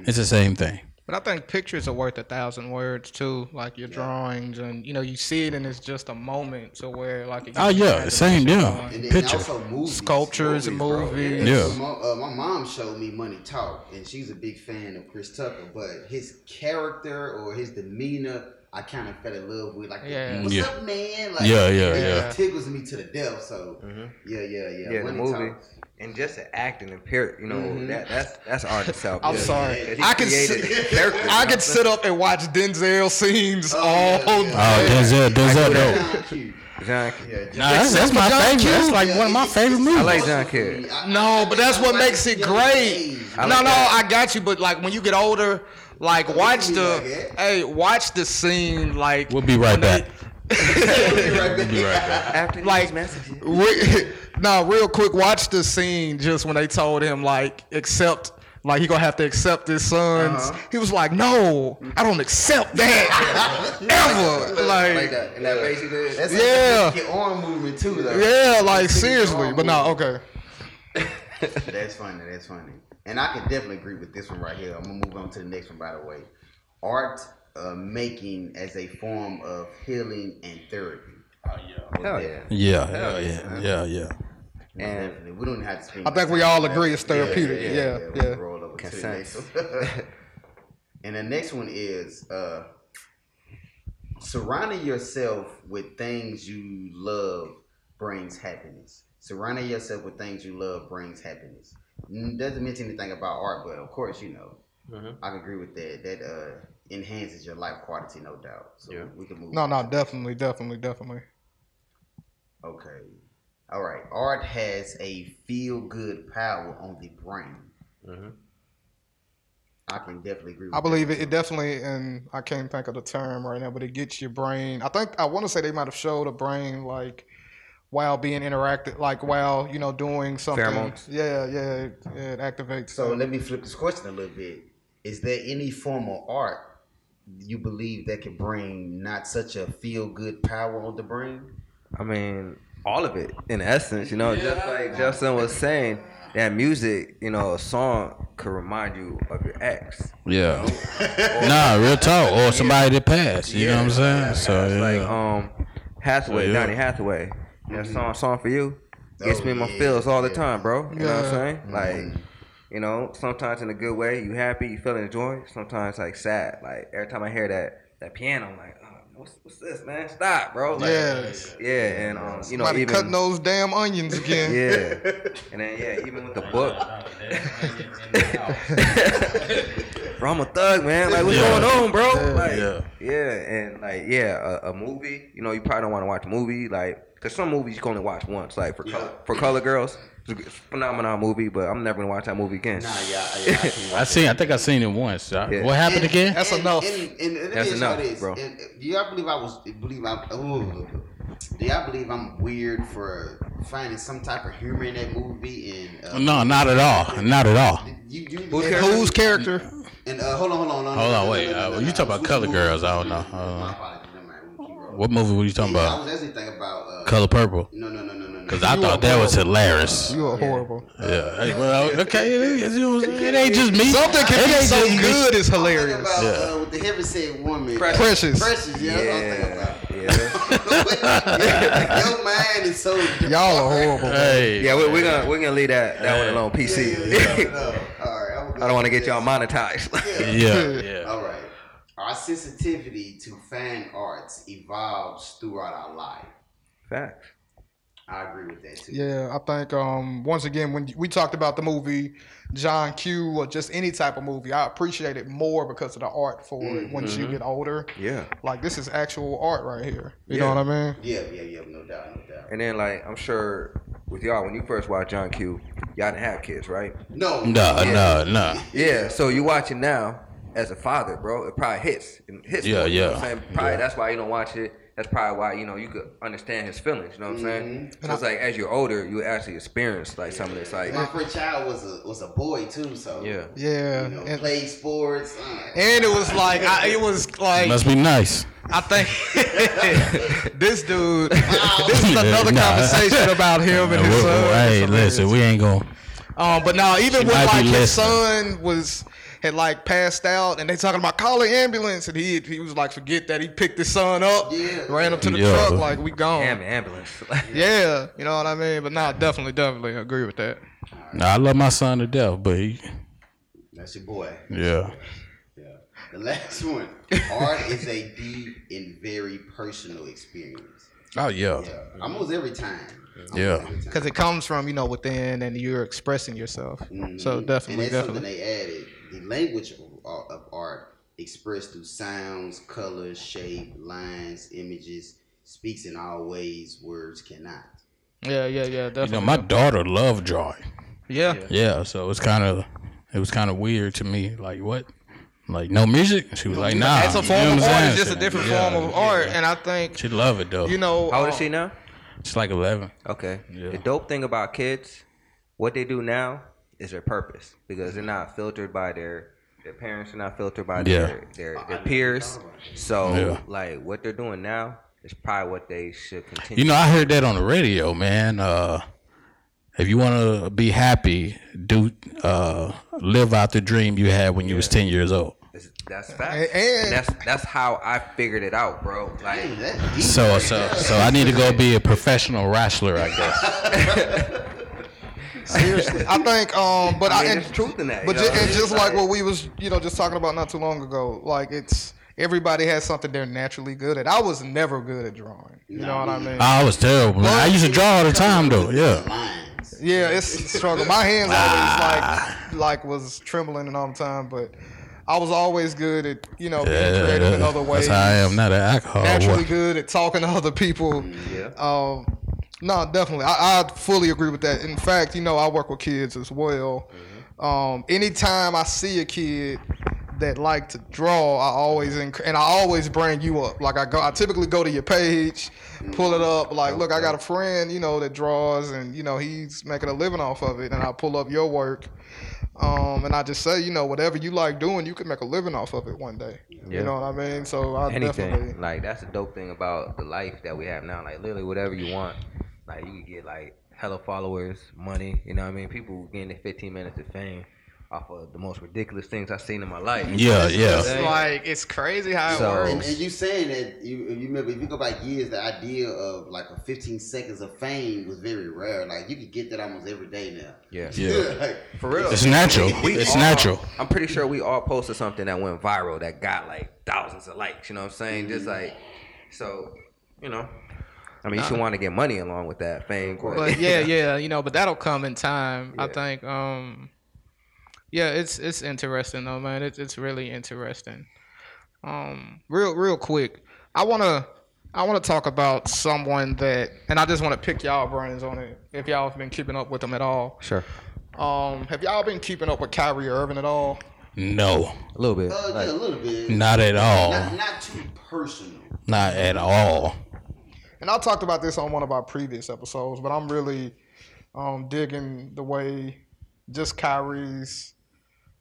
It's the same thing.
But I think pictures are worth a thousand words too, like your drawings, and you know you see it, and it's just a moment to where like. it
Oh
gives you
yeah, same
imagination
deal.
going.
And then
Picture.
also movies,
Sculptures and
Movies, bro.
movies.
Yeah.
My, uh, my mom showed me Money Talk, and she's a big fan of Chris Tucker. But his character or his demeanor, I kind of fell in love with. Like,
Yeah.
what's
Yeah.
up, man? Like,
Yeah, yeah,
it
yeah.
tickles me to the depth. So,
Mm-hmm.
yeah, yeah, yeah.
Yeah, the
Money
movie.
Talk.
And just the acting and period, you know, that that's that's art itself.
I'm
Yeah.
sorry.
If he
I could
created
sit-
a character,
I
you know,
could sit up and watch Denzel scenes all
Oh, Denzel, Denzel, dope.
John Q.
John,
Yeah, John
Nah, that's, that's my favorite. That's Oh. like one of my favorite
I
movies.
like John Kerry.
No, but that's what makes it great.
I
no,
like
no,
that.
I got you. But like when you get older, like watch
you
the
like it.
hey, watch the scene. Like
We'll be
when
right
they-
back. We'll be right back.
After
Like-
these messages.
*laughs* Re- now, real quick, watch the scene just when they told him like accept, like he gonna have to accept his sons.
Uh-huh.
He was like, no, I don't accept
*laughs*
that ever. *laughs* Like,
Like that. And that basically
That's
Yeah.
like your arm movement too, though.
yeah, like
It's pretty
seriously. But no,
normal.
okay.
That's funny. That's funny. And I can definitely agree with this one right here. I'm gonna move on to the next one. By the way, art uh, making as a form of healing and therapy. Oh yeah.
Hell yeah.
Yeah, yeah, yeah, yeah, yeah.
And-
definitely. We don't have to. Spend
I think we all agree it's therapeutic. Yeah, yeah.
we can roll over to the next one. *laughs* and the next one is uh, surrounding yourself with things you love brings happiness. Surrounding yourself with things you love brings happiness. Mm, Doesn't mention anything about art, but of course you know. I can agree with that. That uh, enhances your life quality, no doubt. So
Yeah.
we can move.
No,
on.
no, definitely, definitely, definitely.
Okay. All right. Art has a feel good power on the brain. Mm-hmm.
Mhm.
I can definitely agree. With
I believe
that.
it, it definitely, and I can't think of the term right now, but it gets your brain. I think I want to say they might have showed a brain like while being interacted, like while you know doing something.
Pheromones.
Yeah, yeah, it, it activates.
So let me flip this question a little bit. Is there any form of art you believe that can bring not such a feel good power on the brain?
I mean, all of it in essence, you know, just like Justin was saying, that music, you know, a song could remind you of your ex.
Yeah.
*laughs*
*laughs* nah, real talk. Or somebody that passed. You know what I'm saying? So yeah. Oh,
Like um Hathaway,
Yeah.
Donny Hathaway. That song song for you. Gets
Oh,
me in my
yeah,
feels all the
yeah.
time, bro. You know what I'm
Yeah.
saying? Like, you know, sometimes in a good way, you happy, you feeling joy. Sometimes like sad. Like every time I hear that that piano, I'm like, oh, what's, what's this, man? Stop, bro. Like,
Yes.
Yeah, and um, you know,
Somebody
even
cutting those damn onions again.
*laughs*
yeah, and then yeah, even with the book. *laughs* bro, I'm a thug, man. Like, what's
Yeah.
going on, bro? like,
Yeah.
yeah. and like, yeah, a, a movie. You know, you probably don't want to watch a movie, like, cause some movies you can only watch once. Like for color, for color girls, it's a g- phenomenal movie, but I'm never gonna watch that movie again.
Nah, yeah, yeah. I can
*laughs*
I seen. I think I seen it once. I-
Yeah.
What happened again?
That's enough.
And, and, and
That's
it is
enough,
what it is.
bro.
And, and do y'all believe I was believe I? Ooh, do y'all believe I'm weird for finding some type of humor in that movie? And uh,
No, not at all. Not at all.
you, you,
Who's
and,
character?
Whose character?
and, uh, hold on, hold on, hold on.
Hold
no,
on,
no,
wait,
no, no,
uh,
no,
you
no,
talking about
which
Color
movie?
Girls, I don't know, hold on.
My apologies, never mind, we'll keep rolling.
What movie were you talking
I
about?
was actually thinking about. Uh,
Color Purple.
No, no, no, no, no. no.
Cause I
You
thought
are
that was hilarious.
You are horrible.
Yeah. Hey,
*laughs*
well, okay. It, is- you know, it ain't just me.
Something
It
can be
ain't
so
just me.
good is
I'm thinking
hilarious.
About,
Yeah.
uh, with the heaven said woman.
Precious.
Precious,
yeah,
yeah. That's
yeah,
what I'm thinking about. *laughs* Your mind is
*laughs*
so.
Y'all are horrible.
Hey.
yeah. We, we're gonna we're gonna leave that that one alone.
Yeah,
PC.
yeah, yeah, no. *laughs* All right, I'm gonna
*laughs*
go
I don't want to
to
get y'all monetized. *laughs*
Yeah. *laughs* Yeah.
All right. Our sensitivity to fan arts evolves throughout our life.
Fact.
I agree with that too.
Yeah, I think um, once again when we talked about the movie John Q or just any type of movie, I appreciate it more because of the art for it once you get older.
Yeah.
Like this is actual art right here. You
Yeah.
know what I mean?
Yeah, yeah, yeah. No doubt, no doubt.
And then like I'm sure with y'all when you first watched John Q, y'all didn't have kids, right?
No.
No, no, no.
Yeah, so you watch it now as a father, bro. It probably hits. It hits.
Yeah,
more, You know
yeah.
what I'm saying? Probably that's why you don't watch it. That's probably why you know you could understand his feelings. You know what I'm saying?
Mm-hmm.
So it's like as you're older, you actually experience like some of this. Like,
My first child was a was a boy too, so
yeah,
Yeah.
you know,
and,
played sports. uh,
and it was like I, it was like
Must be nice.
I think *laughs* this dude
oh.
this is
Yeah,
another
*laughs* nah.
conversation about him and his
Hey,
son.
hey,
It's
listen,
hilarious.
we ain't gonna.
Um, but now even
She
when
might
like
be
his
listening.
son was had like passed out and they talking about call an ambulance and he he was like forget that he picked his son up,
Yeah.
ran up to the
Yeah.
truck like we gone.
damn ambulance. *laughs*
Yeah, you know what I mean. But now definitely definitely agree with that.
Nah, I love my son to death, but he.
That's your boy.
Yeah.
Yeah. The last *laughs* one. Art is a deep and very personal experience.
Oh yeah.
Yeah. Almost every time. Almost
Yeah.
every time.
Because it comes from you know within and you're expressing yourself. So definitely
Mhm. and that's
definitely.
something they added. The language of, ar- of art, expressed through sounds, colors, shape, lines, images, speaks in all ways words cannot.
Yeah yeah yeah
You know,
definitely.
my daughter loved drawing.
yeah.
Yeah, so it's kind of, it was kind of weird to me. Like what? Like no music? She was like, nah.
It's a
You
form
know
of
what I'm
art.
saying?
It's just a different
Yeah.
form of art, and I think
She'd love it though.
you know.
How old is
uh,
um,
she now?
She's like eleven.
Okay.
Yeah.
The dope thing about kids, what they do now is their purpose because they're not filtered by their their parents are not filtered by
Yeah.
their, their their peers. So
Yeah.
like what they're doing now is probably what they should continue.
You know, I heard that on the radio, man. Uh, if you want to be happy, do uh, live out the dream you had when you was ten years old.
It's- that's facts.
And-
And,
and-
that's that's how I figured it out, bro. Like
Damn, that's deep.
So, so, so I need to go be a professional wrestler, I
*laughs*
guess.
Seriously, *laughs* I think. Um, but I,
I mean,
and-
there's truth in that.
But
you
ju-
know?
and just like
Like-
what we was, you know, just talking about not too long ago, like it's everybody has something they're naturally good at. I was never good at drawing. You know what I mean?
Ah, I was terrible. Man. I used to draw all the time, though. Yeah,
Lines.
Yeah, it's a struggle. My hands always like like was trembling and all the time, but I was always good at you know being
yeah
creative in other ways.
that's how I am. Not an alcohol.
Naturally
boy.
good at talking to other people.
yeah.
Um, no, definitely. I, I fully agree with that. In fact, you know, I work with kids as well.
Mm-hmm.
Um, anytime I see a kid that like to draw, I always enc- and I always bring you up. Like I go, I typically go to your page, pull it up. Like, look, I got a friend, you know, that draws, and you know, he's making a living off of it. And I pull up your work, um, and I just say, you know, whatever you like doing, you can make a living off of it one day.
Yeah.
You know what I mean? So I Oh,
anything.
definitely.
Like that's the dope thing about the life that we have now. Like literally whatever you want. Like you can get like hella followers, money, you know what I mean? People getting their fifteen minutes of fame off of the most ridiculous things I've seen in my life.
Yeah, yeah.
It's like it's crazy how it
So-
works.
And, and you saying that you, if you remember if you go back years, the idea of like a 15 seconds of fame was very rare. Like you could get that almost every day now. *laughs*
Yeah.
Yeah.
like,
For real.
It's natural.
We
It's
all-
natural.
I'm pretty sure we all posted something that went viral that got like thousands of likes, you know what I'm saying? Just like so, you know. I mean you should want to get money along with that fame.
But yeah, yeah, you know, but that'll come in time. I
Yeah.
think. Um, yeah, it's it's interesting though, man. It's it's really interesting. Um, real real quick, I wanna I wanna talk about someone that, and I just wanna pick y'all brains on it. If y'all have been keeping up with them at all,
*laughs* Sure.
um, have y'all been keeping up with Kyrie Irving at all?
No,
A little bit.
uh, yeah, a little bit.
not at all.
Not, not too personal.
Not at all.
and I talked about this on one of our previous episodes, but I'm really um, digging the way just Kyrie's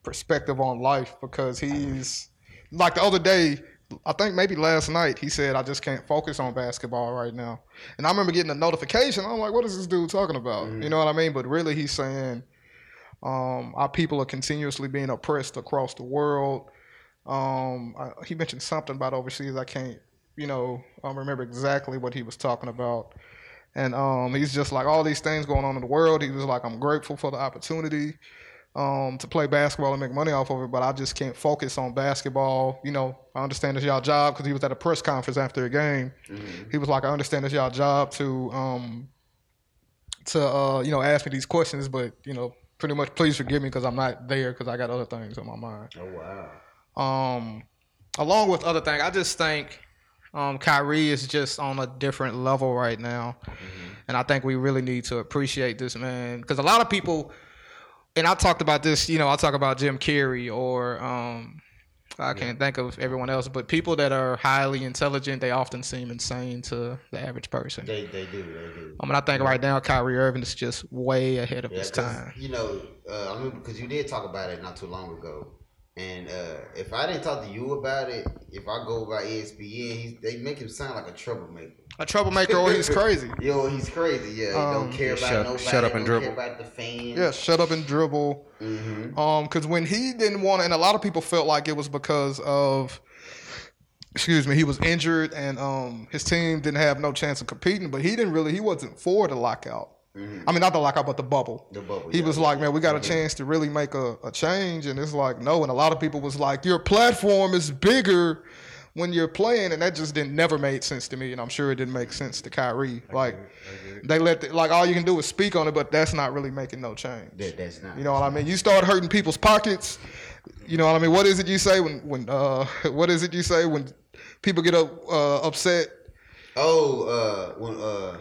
perspective on life because he's like the other day, I think maybe last night, he said, I just can't focus on basketball right now. And I remember getting a notification. I'm like, what is this dude talking about? You know what I mean? But really, he's saying um, our people are continuously being oppressed across the world. Um, I, he mentioned something about overseas. I can't you know, um, remember exactly what he was talking about. And um, he's just like all these things going on in the world. He was like, I'm grateful for the opportunity um, to play basketball and make money off of it, but I just can't focus on basketball. You know, I understand it's y'all job because he was at a press conference after a game. He was like, I understand it's y'all job to um, to uh, you know ask me these questions, but you know, pretty much please forgive me because I'm not there because I got other things on my mind
Oh wow.
um,
along with other things, I just think um, Kyrie is just on a different level right now,
Mm-hmm.
and I think we really need to appreciate this man because a lot of people, and I talked about this, you know, I talk about Jim Carrey or um, I can't think of everyone else, but people that are highly intelligent, they often seem insane to the average person.
They they do they do.
I mean, I think right now Kyrie Irving is just way ahead of
Yeah,
his
'cause,
time.
You know, uh, I remember because you did talk about it not too long ago. And uh, if I didn't talk to you about it, if I go by E ESPN, he's, they make him sound like a troublemaker.
A troublemaker
oh,
or he's crazy.
Yo, he's crazy. Yeah, he
Um,
don't care about
shut-
nobody.
shut up and
don't
dribble.
Care about the fans.
Yeah, shut up and dribble. Um, because when he didn't want, to, and a lot of people felt like it was because of, excuse me, he was injured and um his team didn't have no chance of competing. But he didn't really, he wasn't for the lockout. I mean, not the lockout, but the bubble.
Hmm. The bubble,
He
yeah.
was like, man, we got a chance to really make a, a change, and it's like no. And a lot of people was like, your platform is bigger. When you're playing, and that just didn't never made sense to me, and I'm sure it didn't make sense to Kyrie. Like, they let the, like all you can do is speak on it, but that's not really making no change.
That, that's not.
You know what I mean? You start hurting people's pockets. You know what I mean? What is it you say when when uh *laughs* what is it you say when people get up uh, upset?
Oh, uh, when uh,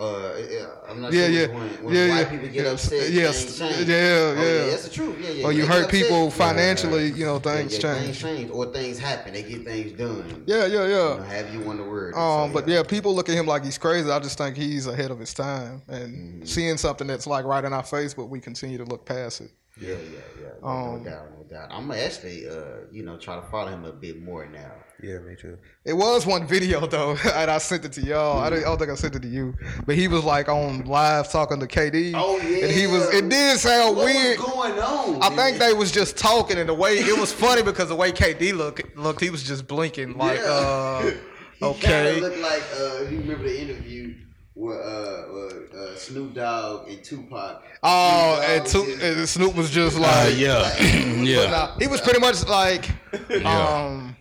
Uh, yeah, I'm not
Yeah,
sure
yeah.
when, when
Yeah,
white
yeah.
people get
Yeah,
upset,
yeah,
things change.
yeah,
Oh,
yeah.
That's the truth. Yeah, yeah.
or you
They get
hurt
upset.
people
Yeah,
financially, you know, things
yeah,
change.
Things change, or things happen. They get things done.
Yeah, yeah,
You know,
yeah.
have you on the word?
Um,
So,
but yeah, people look at him like he's crazy. I just think he's ahead of his time,
Mm.
and seeing something that's like right in our face, but we continue to look past it.
Yeah, yeah, yeah. No,
Um,
no doubt, no doubt. I'm gonna actually, uh, you know, try to follow him a bit more now.
Yeah, me too.
It was one video *laughs* though, and I sent it to y'all. I, didn't, I don't think I sent it to you, but he was like on live talking to KD.
Oh, yeah.
and he was. It did sound
What
weird.
was going on?
I think they was just talking, and the way it was funny because the way KD looked looked, he was just blinking like,
Yeah.
uh,
*laughs* He
okay.
Kinda looked like uh, you remember the interview where uh, where, uh, Snoop Dogg and Tupac.
Oh,
Snoop Dogg
and,
was
two,
in-
and Snoop was just
Uh,
like,
yeah, *clears throat*
But
yeah,
nah, he was pretty much
*laughs*
like,
yeah.
um,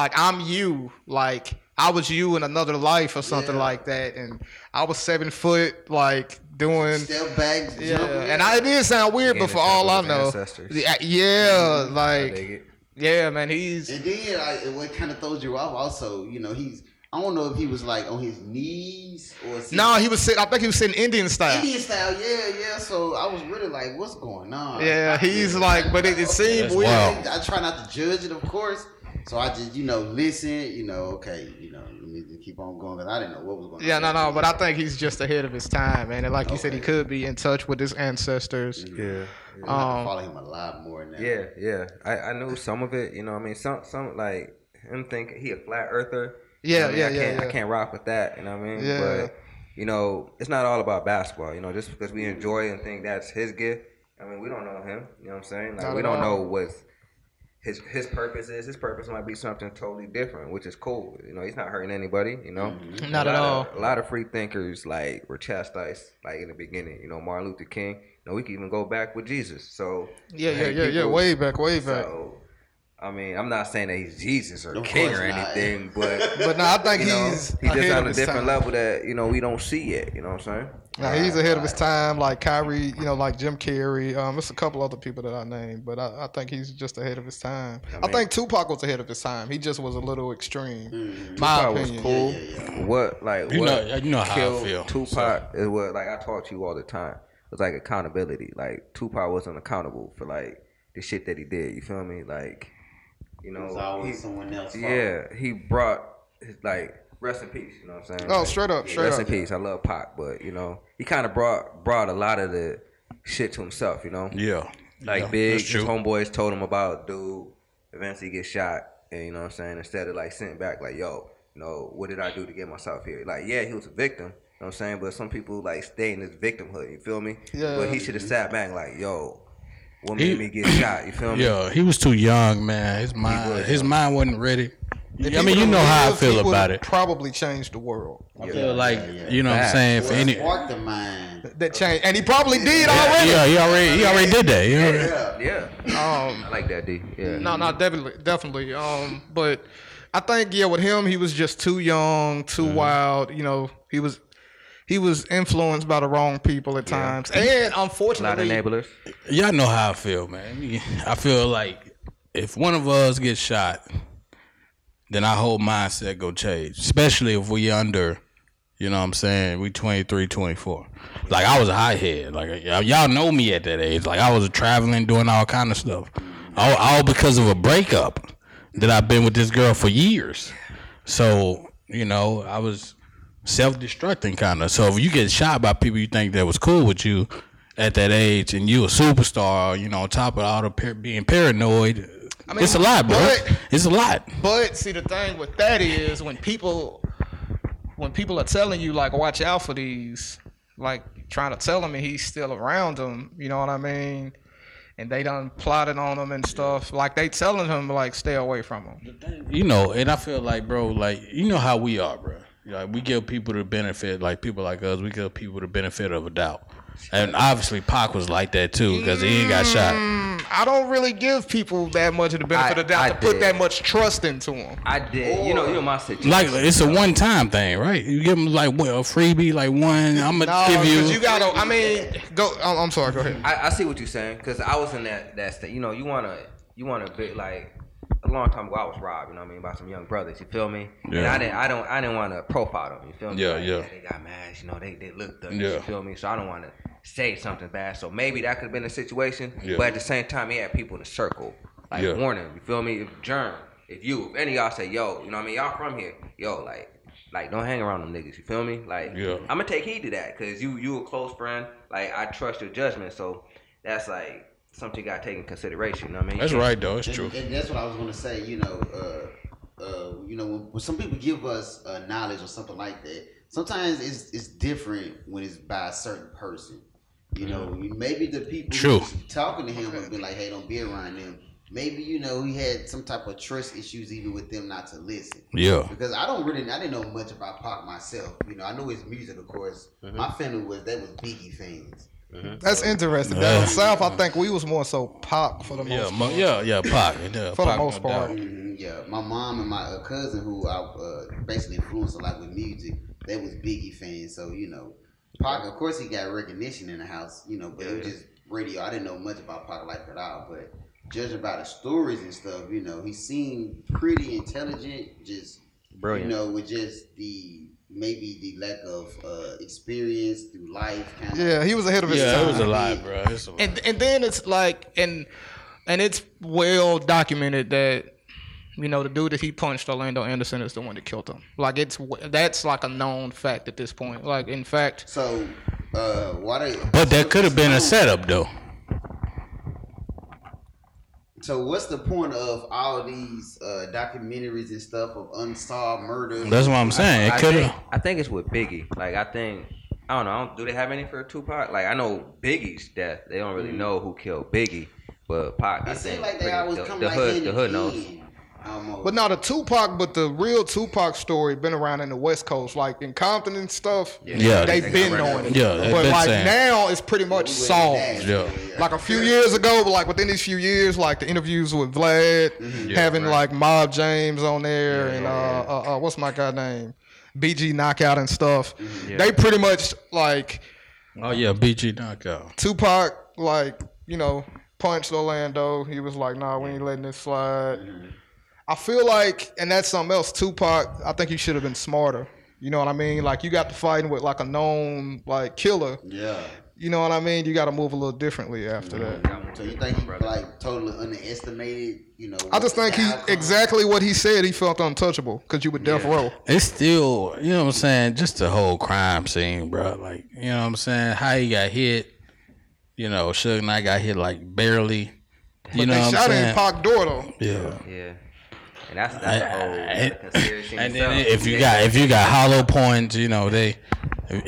like I'm you, like I was you in another life or something
Yeah.
like that, and I was seven foot, like doing.
step back.
Yeah,
jump.
and I, it did sound weird, but
Again,
for
it's
all I
like
know,
those ancestors. Mm-hmm.
yeah, yeah,
I dig
like
it.
yeah, man, he's
And then like, what kind of throws you off? Also, you know, he's I don't know if he was like on his knees or sitting-
no, he was sitting. I think he was sitting Indian style.
Indian style. Yeah, yeah. So I was really like, what's going on?
Yeah, he's like, but it, it seemed
That's
weird.
wild.
I try not to judge it, of course. So I just, you know, listen, you know, okay, you know, let me just keep on going because I didn't know what was going
Yeah,
on.
no, no, but I think he's just ahead of his time, man. And like you said, he
Okay.
could be in touch with his ancestors.
Yeah.
I'm gonna have to
um,
follow him a lot more now.
Yeah, yeah. I, I knew some of it. You know, what I mean, some some like him think he a flat earther. you
Yeah,
know what I mean?
yeah,
I
yeah,
can't, I
yeah.
can't rock with that. You know what I mean?
Yeah.
But you know, it's not all about basketball. You know, just because we enjoy and think that's his gift. I mean, we don't know him. You know what I'm saying? Like
Not
we
at
don't
all.
know what's his his purpose is. His purpose might be something totally different, which is cool. You know, he's not hurting anybody. You know.
Mm-hmm. Not
a
at
lot
all.
Of, a lot of free thinkers like were chastised like in the beginning. You know, Martin Luther King. You know, we can even go back with Jesus. So
Yeah, yeah,
like,
yeah, yeah.
people-
Way back, way back.
So, I mean, I'm not saying that he's Jesus or
Of
king
course
or
not.
anything,
*laughs*
but
But no, I think
you know,
he's
he's just
ahead
on
of
a
his
different
time.
level that you know we don't see yet. You know what I'm saying?
Nah, he's ahead of his time, like Kyrie, you know, like Jim Carrey. Um, it's a couple other people that I named, but I, I think he's just ahead of his time. I,
mean-
think Tupac was ahead of his time. He just was a little extreme.
Mhm.
My
Mm. Tupac was
opinion.
cool. What like
You
what
know, you know how I
killed
feel.
Tupac is what like I talk to you all the time. It's like accountability. Like Tupac wasn't accountable for like the shit that he did. You feel me? Like you
It
know,
was always
he-
someone else.
yeah, he brought his like rest in peace. You know what I'm saying?
Oh,
Like,
straight up, straight
rest
up.
in peace. I love Pac, but you know, he kind of brought brought a lot of the shit to himself. You know,
Yeah,
like
yeah,
big
that's
his
true.
homeboys told him about dude. Eventually, get shot, and you know what I'm saying. Instead of like sitting back, like yo, you know, what did I do to get myself here? Like yeah, he was a victim. You know what I'm saying, but some people like stay in this victimhood. You feel me?
Yeah.
But he should have sat back, like yo, what
He-
made me get shot? You feel me?
Yeah, he was too young, man. His mind,
was
his
young.
mind wasn't ready.
If
I
he
mean, you
would've
know how I
lived, he
feel
would've
about it.
Probably changed the world.
I feel like you know what
Facts.
I'm saying.
Well,
For any, yeah,
sparked the mind.
That changed, and he probably did already.
he already, he already did that. He already-
Yeah.
Um,
I like that D. Yeah.
No, no, definitely, definitely. Um, but I think yeah, with him, he was just too young, too
Mm-hmm.
wild. You know, he was he was influenced by the wrong people at times, and
A lot of
unfortunately,
enablers.
Y'all know how I feel, man. I feel like if one of us gets shot, then our whole mindset go change. Especially if we under, you know what I'm saying, we 23, 24. Like I was a hothead. Like y- y'all know me at that age. Like I was traveling, doing all kind of stuff. All, all because of a breakup that I've been with this girl for years. So, you know, I was self-destructing kind of. So if you get shot by people you think that was cool with you at that age, and you a superstar, you know, on top of all the par- being paranoid,
mean,
it's a lot, bro.
but-
it's a lot.
But see, the thing with that is when people when people are telling you like watch out for these, like trying to tell him and he's still around them. You know what I mean? And they done plotted on him and stuff. Like they telling him like stay away from him.
You know, and I feel like, bro, like you know how we are, bro. Like we give people the benefit, like people like us, we give people the benefit of a doubt. And obviously, Pac was like that too, because he ain't got shot.
I don't really give people that much of the benefit
I-
of the doubt
I
to put
did.
that much trust into them.
I did. you know, you know my situation.
Like it's a one-time thing, right? You give them like what, a freebie, like one. I'm gonna
No,
give
because
you.
you gotta. I mean, go. I'm, I'm sorry. Go ahead.
I, I see what you're saying because I was in that that state. You know, you wanna you wanna bit like a long time ago I was robbed, you know what I mean, by some young brothers, you feel me? And
Yeah.
I didn't I don't I didn't want to profile them, you feel me?
Yeah,
Like,
yeah.
They got mad, you know, they they looked up,
Yeah.
you feel me? So I don't want to say something bad. So maybe that could have been a situation.
Yeah.
But at the same time he had people in the circle. Like
Yeah.
warning, you feel me? If germ, if you, if any of y'all say, yo, you know what I mean, y'all from here, yo, like like don't hang around them niggas, you feel me? Like
Yeah.
I'm gonna take heed to that because you you a close friend. Like I trust your judgment, so that's like something you gotta take in consideration. You know what I mean?
That's right though. It's
And-
true.
And, that's what I was gonna say. You know, uh, uh, you know, when, when some people give us uh, knowledge or something like that, sometimes it's it's different when it's by a certain person. You know, maybe the people
Mm-hmm. True.
who's talking to him would be like, "Hey, don't be around them." Maybe you know he had some type of trust issues even with them not to listen.
Yeah.
Because I don't really, I didn't know much about Pac myself. You know, I knew his music, of course.
Mm-hmm.
My family was they was Biggie fans.
That's interesting. Down south, I think we was more so pop for the most.
Yeah, mo- yeah, yeah, Pac. Yeah,
For the
Pac,
most
no doubt.
part.
Mhm, Yeah, my mom and my uh, cousin, who I uh, basically influenced a lot with music, they was Biggie fans. So you know, Pac, of course, he got recognition in the house. You know, but it was just radio. I didn't know much about Pac life at all. But judging by the stories and stuff, you know, he seemed pretty intelligent. Just
Brilliant.
You know, with just the maybe the lack of uh, experience through life. Kind of.
Yeah, he was ahead of his
Yeah, it
time.
was a lot, bro. It's a lot.
and and then it's like and and it's well documented that you know the dude that he punched Orlando Anderson is the one that killed him. Like it's that's like a known fact at this point. Like in fact,
So, uh, why they?
But that could have been a setup though.
So what's the point of all these uh, documentaries and stuff of unsolved murders?
That's what I'm saying. It
I
could
think,
have.
I think it's with Biggie. Like I think I don't know. I don't, do they have any for Tupac? Like I know Biggie's death. They don't really know who killed Biggie, but Pac. I
Mm. It seems
think
like they
pretty-
always
the,
come
the
like
hood.
in
The hood knows.
Almost.
But not a Tupac, but the real Tupac story been around in the West Coast, like in Compton and stuff.
Yeah,
they
they
been
got
knowing it.
Yeah, they
but
been
like
saying.
now, it's pretty much solved.
Yeah.
Like a few years ago, but like within these few years, like the interviews with Vlad, having like Mob James on there, and uh, uh, uh, what's my guy name, BG Knockout and stuff. They pretty much like
Oh yeah, BG knockout.
Tupac, like, you know, punched Orlando. He was like, nah, we ain't letting this slide. I feel like, and that's something else, Tupac, I think you should have been smarter. You know what I mean? Like, you got to fighting with like a known like killer.
yeah.
You know what I mean? You got to move a little differently after that.
So you think he like totally underestimated? You know.
I just think he exactly what he said. He felt untouchable because you were death row.
It's still, you know what I'm saying, just the whole crime scene, bro. Like, you know what I'm saying, how he got hit. You know, Suge Knight got hit like barely. You know
they
what I'm
shot him
saying?
in Pac door though.
yeah.
Yeah. And that's
I-
that's a whole
I-
conspiracy. in
and then
itself.
if you
Yeah.
got if you got hollow points, you know they it,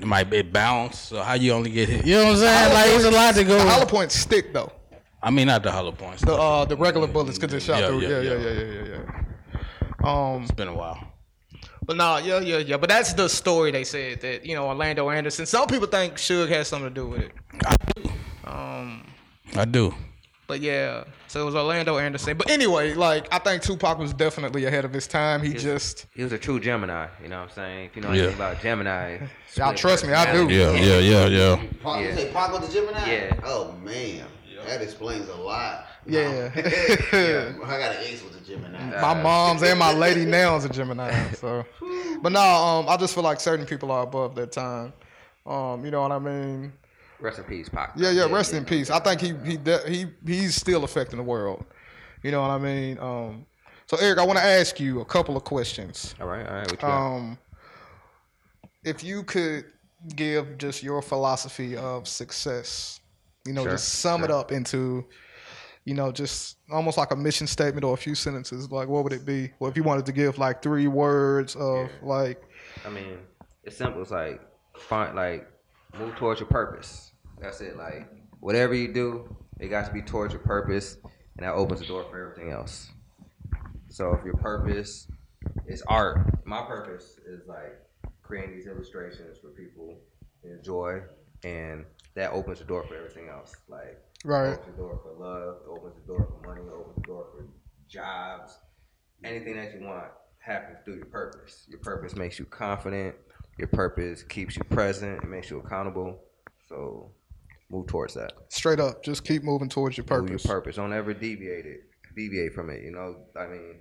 it might it bounce. So how you only get hit? You know what I'm saying? Like it's a lot to
The hollow
go.
points stick though.
I mean, not the hollow points.
The uh, the regular bullets because they shot
Yeah,
through.
yeah,
yeah,
yeah.
yeah, yeah, yeah, yeah. yeah. Um,
it's been a while.
but nah, yeah, yeah, yeah. But that's the story they said that you know Orlando Anderson. Some people think Suge has something to do with it.
I do.
But yeah, so it was Orlando Anderson. But anyway, like I think Tupac was definitely ahead of his time. He just
he was a true Gemini. You know what I'm saying? If you know
Yeah.
anything about Gemini.
*laughs* Y'all trust me, I do.
Yeah, yeah, yeah, yeah.
Pac, You
Yeah.
say Pac with the Gemini?
Yeah.
Oh man, that explains a lot.
Yeah. *laughs*
No. *laughs* yeah. I got an ace with the Gemini.
My mom's and my lady now is a Gemini. So, but no, um, I just feel like certain people are above their time. Um, you know what I mean?
Rest in peace, Pac.
Yeah, yeah. Rest in peace. I think he he de- he he's still affecting the world. You know what I mean? Um, so Eric, I want to ask you a couple of questions.
All right, all right. What you got?
Um, if you could give just your philosophy of success, you know,
Sure,
just sum it
sure.
up into, you know, just almost like a mission statement or a few sentences, like what would it be? Well, if you wanted to give like three words of like,
I mean, it's simple. It's like find like move towards your purpose. That's it. Like whatever you do, it got to be towards your purpose, and that opens the door for everything else. So if your purpose is art, my purpose is like creating these illustrations for people to enjoy, and that opens the door for everything else. Like
right?
opens the door for love, opens the door for money, opens the door for jobs. Anything that you want happens through your purpose. Your purpose makes you confident. Your purpose keeps you present. It makes you accountable. So move towards that.
Straight up, just keep moving towards your
Move
purpose.
your purpose. Don't ever deviate it. deviate from it. You know, I mean,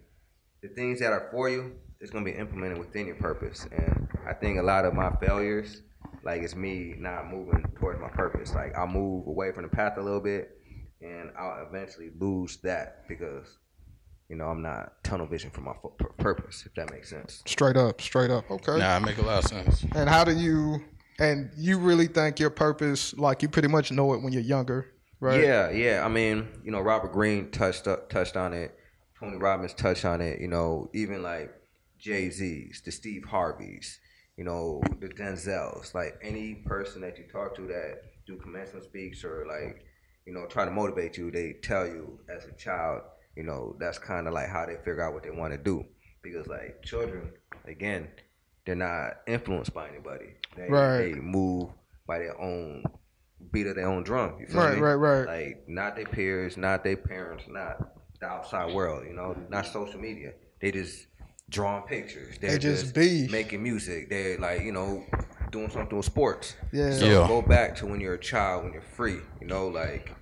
the things that are for you, it's gonna be implemented within your purpose. And I think a lot of my failures, like it's me not moving towards my purpose. Like I move away from the path a little bit, and I'll eventually lose that because. You know, I'm not tunnel vision for my fu- pur- purpose, if that makes sense.
Straight up, straight up. Okay.
Nah, it make a lot of sense.
And how do you? And you really think your purpose? Like you pretty much know it when you're younger, right?
Yeah, yeah. I mean, you know, Robert Green touched up, touched on it. Tony Robbins touched on it. You know, even like Jay Z's, the Steve Harveys, you know, the Denzels, like any person that you talk to that do commencement speaks or like, you know, try to motivate you, they tell you as a child, you know, that's kind of like how they figure out what they want to do because like children, again, they're not influenced by anybody. They,
Right.
they move by their own beat of their own drum. You feel
Right,
me?
right, right.
Like not their peers, not their parents, not the outside world. You know, not social media. They just drawing pictures. They're
They just be.
making music. They're like you know doing something with sports.
Yeah.
So
Yeah.
go back to when you're a child, when you're free. You know, like.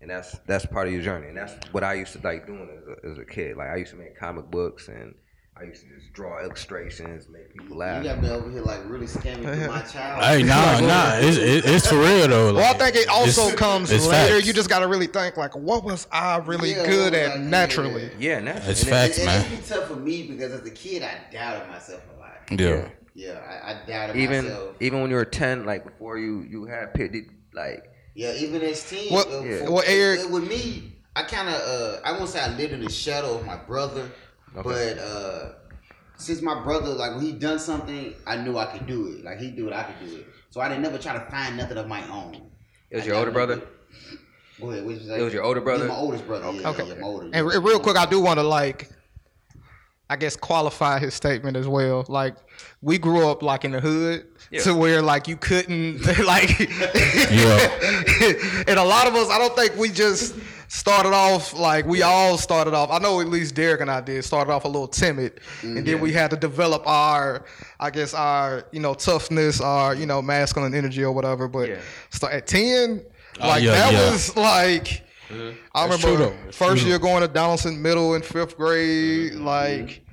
And that's that's part of your journey, and that's what I used to like doing as a, as a kid. Like I used to make comic books, and I used to just draw illustrations, make people laugh.
You got me over here like really scamming
*laughs*
through my child.
Hey, nah, nah, it's, it, it's for real though.
Well, I
like,
think it also
it's-
comes
it's
later.
facts.
You just got to really think like, what was I really
Yeah,
good
what was
at
I good
naturally?
at?
Yeah, and that's
It's
and it-
facts,
and,
man.
It'd be tough for me because as a kid, I doubted myself a lot.
yeah.
Yeah, I, I doubted
even
myself.
even when you were ten, like before you you had pit, did, like
Yeah, even as teen.
What-
uh,
yeah.
for-
Well, Eric-
uh, with me, I kind of uh, I won't say I lived in the shadow of my brother,
Okay.
but uh, since my brother, like when he done something, I knew I could do it. Like he do it, I could do it. So I didn't never try to find nothing of my own.
it was
I
your older
never
brother.
did. Go ahead. Which is like,
It was your older brother?
Yeah, my oldest brother. Okay. Yeah,
Okay.
yeah, my older
And re- real quick, I do want to like, I guess qualify his statement as well. Like, we grew up like in the hood
Yeah.
to where like you couldn't *laughs* like, *laughs* and a lot of us, I don't think we just started off like we all started off. I know at least Derek and I did started off a little timid, and then we had to develop our, I guess our you know toughness, our you know masculine energy or whatever. But
Yeah.
start at ten,
Oh,
like
yeah,
that
yeah.
was like. I
That's
remember
true, though. That's
first
true.
year going to Donaldson Middle in fifth grade, like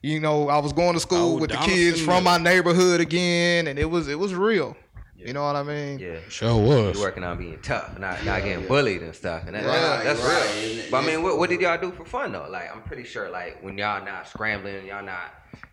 you know, I was going to school
Oh,
with the
Donaldson
kids from my
Middle.
neighborhood again, and it was it was real. You know what I mean? *laughs*
Yeah,
Sure was.
you working on being tough, not not getting bullied and stuff, and that,
Right,
that's
right.
real.
And
But I mean,
that's-
what, what did y'all do for fun though? Like I'm pretty sure like when y'all not scrambling, y'all not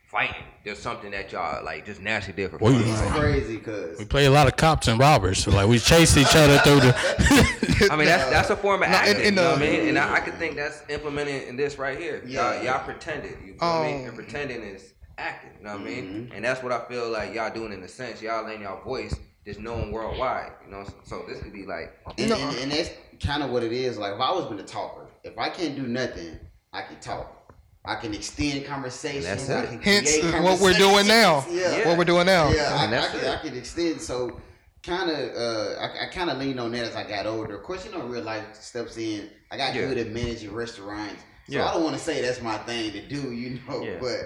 fighting, there's something that y'all like just naturally did for
Well,
fun.
you-
Like,
crazy because
We play a lot of cops and robbers. So like we chase each other through the. *laughs*
I mean, that's that's a form of
No, in-
acting.
in
you know
the-
what I mean? And I, I could think that's implemented in this right here.
Yeah.
Y'all, y'all pretended. You feel me?
Um,
And pretending is acting. You know what I mean? And that's what I feel like y'all doing in a sense. Y'all letting y'all voice just known worldwide. You know, so, so this could be like
And, and, and that's kind of what it is. Like, I've always been a talker. If I can't do nothing, I can talk. I can extend conversations.
That's
I
it.
can
Hence
create
what we're doing now.
conversations. *laughs* Yeah.
What we're doing now.
Yeah, I,
And
I,
that's
could,
it.
I could extend. So kind of, uh, I, I kind of leaned on that as I got older. Of course, you know, real life steps in. I got
Yeah.
good at managing restaurants, so
Yeah.
I don't want to say that's my thing to do, you *laughs* know.
Yeah.
But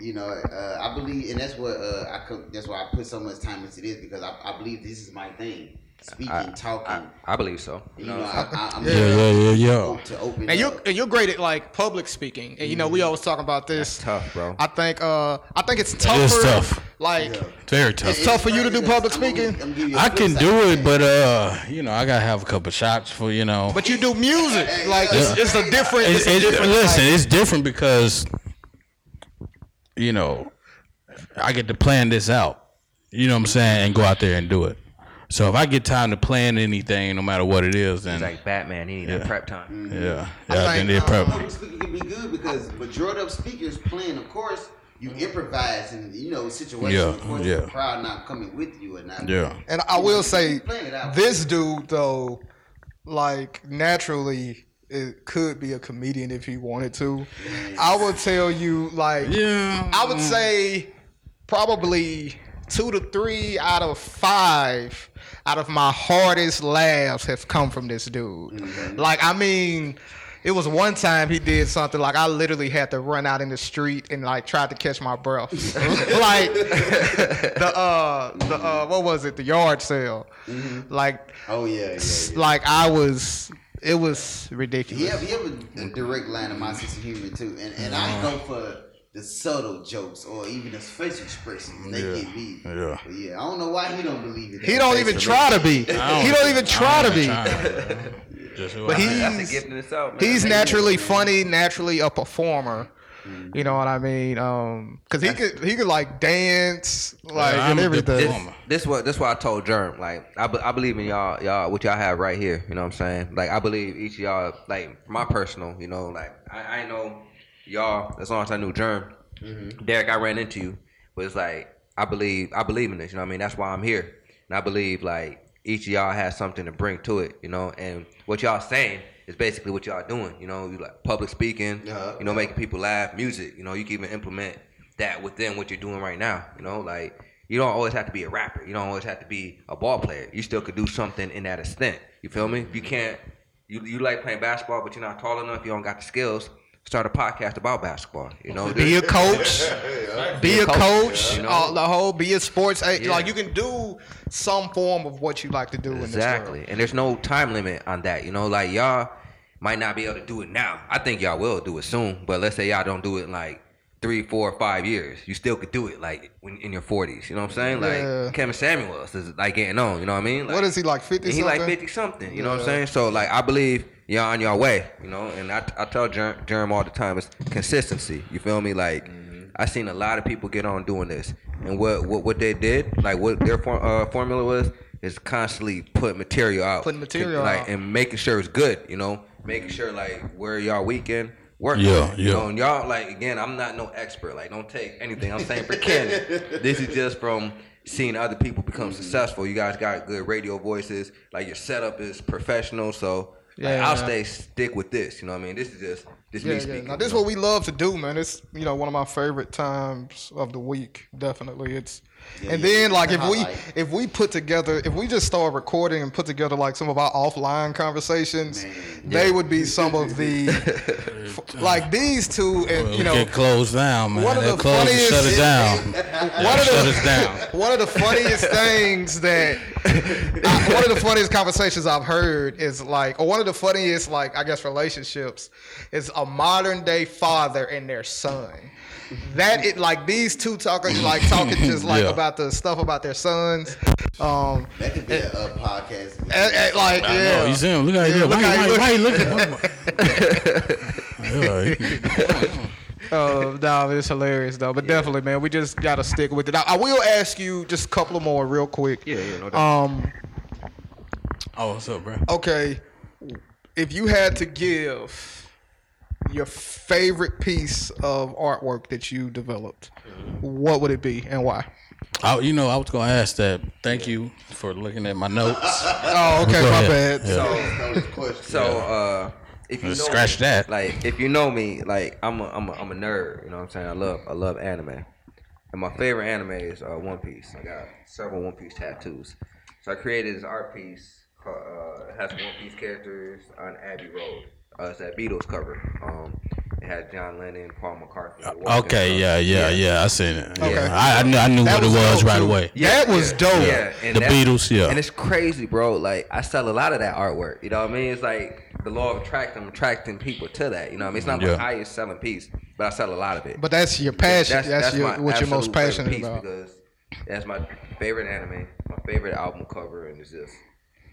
you know, uh, I believe, and that's what uh, I co- that's why I put so much time into this because I, I believe this is my thing. Speaking, talking.
I, I believe so.
you know, I, I, I'm
yeah, yeah, yeah, yeah.
to open
And you're
up.
and you're great at like public speaking, and you know we always talking about this.
tough, bro.
I think uh I think it's tougher.
is tough.
Like
Yeah.
Very tough.
tough for you to do
Because
public
I'm gonna-
speaking?
I'm gonna give you a
I
flip
can
side
do
to
it,
that.
but uh, you know, I gotta have a couple shots for you know.
but you do music. Like it's,
Yeah.
it's a different
It-
it's a
it-
different
listen,
like-
it's different because you know I get to plan this out. You know what I'm saying, and go out there and do it. So if I get time to plan anything, no matter what it is, then
He's like Batman. He need that prep time.
yeah, yeah, then they're
Public
prep.
speaking can be good because majority of speakers playing, of course, you improvise and you know situations.
Yeah,
of course,
yeah.
the crowd not coming with you and
um,
not.
Yeah,
And I will say
Playing it out.
this dude though, like naturally it could be a comedian if he wanted to. I would tell you like
yeah.
I
Mm-hmm.
would say probably two to three out of five out of my hardest laughs have come from this dude.
Mm-hmm.
Like, I mean, it was one time he did something like I literally had to run out in the street and like tried to catch my
*laughs*
breath. like the uh the uh what was it? The yard sale. Like
Oh Mm-hmm. yeah, yeah, yeah.
like I was It was
He have,
ridiculous.
he have a, a direct line to my sense of humor too, and and I go for the subtle jokes or even the facial expressions. They
Yeah.
get me.
Yeah.
But yeah. I don't know why he don't believe it.
He don't even try to be. He don't even try to be.
but *laughs*
But
he,
he-
That's
He's-
a gift in itself, man.
He's naturally funny, naturally a performer. You know what I mean? Um, cause he could he could like dance, like
I'm
and
a
everything.
diploma.
This what this what I told Germ. Like I, be- I believe in y'all y'all what y'all have right here. You know what I'm saying? Like I believe each of y'all like my personal. You know like I, I know y'all as long as I knew Germ. Derek, I ran into you, but it's like I believe I believe in this. You know what I mean? That's why I'm here, and I believe like each of y'all has something to bring to it. You know, and what y'all saying is basically what y'all doing. You know, you like public speaking.
Uh-huh.
You know, making people laugh, music. You know, you can even implement that within what you're doing right now. You know, like you don't always have to be a rapper. You don't always have to be a ball player. You still could do something in that extent. You feel me? If you can't, you you like playing basketball, but you're not tall enough. You don't got the skills. Start a podcast about basketball. You know,
Be a coach. Be a coach.
you know?
all- the whole be a sports. eh,
Yeah.
Like you can do some form of what you like to do in this
Exactly.
world.
And there's no time limit on that. You know, like y'all might not be able to do it now. I think y'all will do it soon, but let's say y'all don't do it in like three, four, five years. You still could do it like when in your forties. You know what I'm saying? Like
Yeah.
Kevin Samuels is like getting on, you know what I mean? Like,
What is he like fifty?
and he
something?
like fifty something. You know what
Yeah.
I'm saying? So like I believe y'all on your way. You know, and I I tell Jer- Jerem all the time it's consistency. You feel me? Like
Mm-hmm.
I seen a lot of people get on doing this, and what what, what they did, like what their for, uh, formula was, is constantly put material out,
Putting material
like
out.
and making sure it's good. You know, making sure like where y'all weekend. Work
Yeah,
you
yeah.
know, and y'all like again. I'm not no expert. Like, don't take anything I'm saying for Ken. this is just from seeing other people become
Mm-hmm.
successful. You guys got good radio voices. Like your setup is professional. So like,
Yeah.
I'll stay stick with this. You know what I mean? This is just this
Yeah,
me
yeah.
speaking.
Now this is
you know?
what we love to do, man. It's you know one of my favorite times of the week. Definitely, it's. and
yeah,
then
yeah.
like
It's
if
a
we
highlight.
if we put together if we just start recording and put together like some of our offline conversations, they would be some of
*laughs*
the f- like these two and you know
get closed down, man.
one of
They're
the
closed and shut it
funniest-
down.
*laughs* one of
shut
the
us down.
one of the
*laughs*
funniest things that I, one of the funniest conversations I've heard is like, or one of the funniest like I guess relationships is a modern day father and their son. That it like these two talking like talking just like
Yeah.
about the stuff about their sons. Um,
That could be a, a podcast.
and- and, like *laughs*
I
yeah,
know. You see him? Look how he
Yeah,
look.
look
Why,
how
why,
he
why he looking? *laughs* yeah, he-
Uh, nah, it's hilarious though. But definitely, man, we just gotta stick with it. I, I will ask you just a couple of more real quick.
Yeah, yeah, no doubt.
Um,
oh, what's up, bro?
okay, if you had to give your favorite piece of artwork that you developed,
Mm-hmm.
what would it be and why?
I, you know, I was gonna ask that. Thank you for looking at my notes.
Uh,
Oh, okay,
Go
my
ahead.
bad.
Yeah.
That was- that was a question.
So uh, if you know
Let's scratch
me,
that.
like if you know me, like I'm a, I'm a, I'm a nerd. You know what I'm saying? I love I love anime, and my favorite anime is uh, One Piece. I got several One Piece tattoos. So I created this art piece. called, Uh, it has One Piece characters on Abbey Road. Uh, it's that Beatles cover. Um, it had John Lennon, Paul McCartney. Walking,
Okay,
uh,
yeah, yeah, yeah. I seen it. Yeah,
Okay.
I, I knew, I knew
That
what it
was
was
dope,
right
too.
away.
That was dope.
Yeah, and
The
that-
Beatles, yeah.
And it's crazy, bro. Like I sell a lot of that artwork. You know what I mean? It's like the law of attraction, I'm attracting people to that. You know what I mean? It's not
Yeah.
my highest selling piece, but I sell a lot of it.
But that's your passion. that's, your,
my
what you're most
absolute favorite
passionate
piece
about.
Because that's my favorite anime, my favorite album cover, and it's just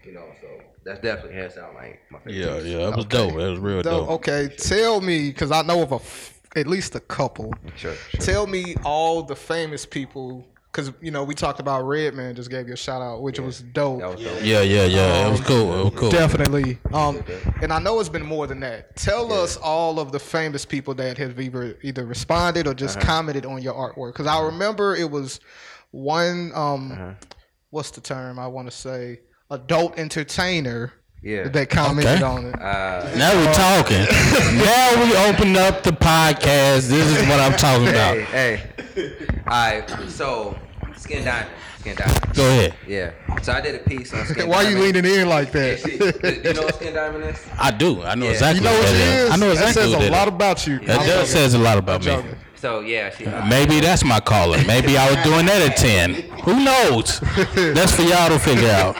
you know. So that's definitely hands down like my favorite.
Yeah,
piece.
yeah. That was dope. That was real
Though,
dope.
okay, tell me because I know of a f- at least a couple.
Sure,
Tell me all the famous people because you know we talked about Redman just gave you a shout out, which was dope.
That was dope.
Yeah, yeah, yeah. It
Um,
was cool. It was cool.
Definitely. Um, and I know it's been more than that. Tell us all of the famous people that have either either responded or
Uh-huh.
just commented on your artwork. Because I remember it was one. Um,
Uh-huh.
What's the term I want to say? Adult entertainer
Yeah.
that commented
Okay. Uh,
on it.
Now
Uh, *laughs*
we're talking. now we open up the podcast. This is what I'm talking about.
Hey, hey. All right. So skin diamond, skin diamond.
Go ahead.
Yeah. So I did a piece on skin.
Why are you
diamond.
leaning in like that?
*laughs* Shit,
*laughs*
do you know what skin diamond is?
I do. I know
Yeah.
exactly.
You know what
that
it is?
I know exactly
That says
what
a
that
lot
is.
about you.
That
I'm
does
joking.
says a lot about me.
joking.
So yeah, she.
*laughs*
Maybe that's my calling. Maybe I was doing that at ten. Who knows? That's for y'all to
*laughs*
figure out.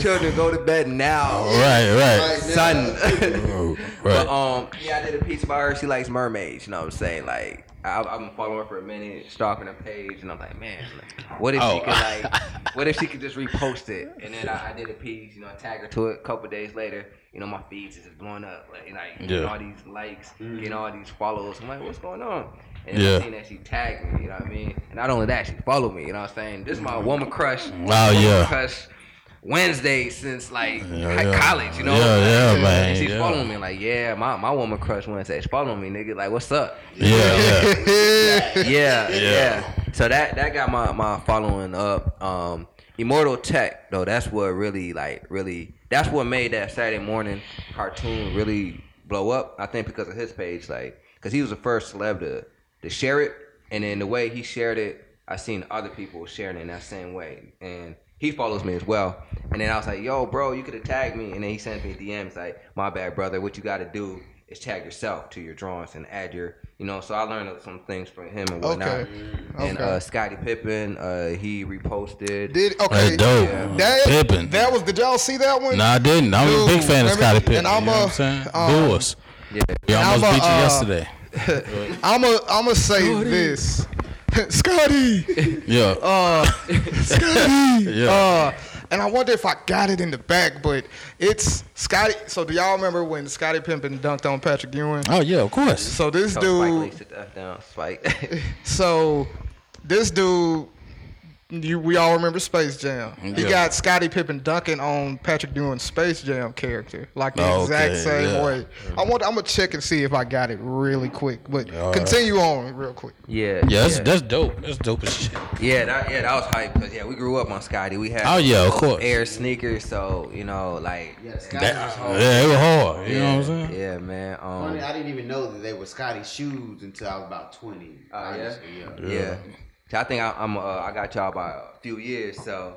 Children, go to bed now.
Right,
Son.
*laughs* right,
But
right.
um, yeah, I did a piece about her. She likes mermaids. You know what I'm saying? Like, I, I've been following her for a minute, stalking her page, and I'm like, man, like, what if she
Oh.
could
*laughs*
like, what if she could just repost it? And then I, I did a piece, you know, I tagged her to it. A couple days later, you know, my feeds is just blowing up, like, and, like getting
Yeah.
all these likes, getting all these followers. I'm like, what's going on? And
Yeah.
yeah. I seen that she tagged me, you know what I mean? And not only that, she followed me, you know what I'm saying? This is my woman crush.
Wow,
woman
yeah.
Crush Wednesday since like
Yeah, yeah.
college, you know?
Yeah, yeah,
And
man,
She's
yeah.
following me me, like, yeah, my, my woman crush once said, following me, nigga. Like, what's up?
Yeah, yeah.
Yeah, yeah.
*laughs* Yeah.
So that that got my, my following up. Um, Immortal Tech though, that's what really like really that's what made that Saturday morning cartoon really blow up. I think because of his page, like, cause he was the first celeb to to share it, and then the way he shared it, I seen other people sharing it in that same way, and. He follows me as well, and then I was like, "Yo, bro, you could have tagged me." And then he sends me DMs like, "My bad, brother. What you got to do is tag yourself to your drawings and add your, you know." So I learned some things from him and whatnot.
Okay.
And
Okay.
uh, Scottie Pippen, uh, he reposted.
Did okay.
That's dope.
That
Pippin.
That was. Did y'all see that one?
No, I didn't. I'm a big
Dude,
fan of
let me-
Scottie Pippen.
and I'm
you know
a-
what I'm saying?
um,
Bulls. We
I'm
almost
a,
beat you
uh,
yesterday.
I'm a. I'm gonna say this. *laughs* Scotty,
Yeah.
Scotty.
*laughs* Yeah.
Uh, and I wonder if I got it in the back, but it's Scotty. So do y'all remember when Scotty Pimpin dunked on Patrick Ewing?
oh yeah, of course.
So this
So Spike Lee
dude.
sit the F down. Spike. *laughs*
So this dude. You, we all remember Space Jam. He
Yeah.
got Scottie Pippen dunking on Patrick Ewing's Space Jam character, like the
Okay,
exact same
yeah.
way. I want. I'm gonna check and see if I got it really quick, but
All right.
continue on real quick.
yeah.
Yeah, that's
yeah.
that's dope. That's dope as shit.
Yeah, that, yeah, that was hype because yeah, we grew up on Scotty. We had
Oh, yeah, of course.
Air sneakers, so you know, like
Yeah, Scotty was
That,
hard.
yeah, it was hard. You know what I'm
yeah,
saying?
yeah, man. Um,
Funny, I didn't even know that they were Scotty's shoes until I was about twenty.
Oh, yeah?
honestly, yeah.
Yeah. So I think I, I'm uh, I got y'all by a few years, so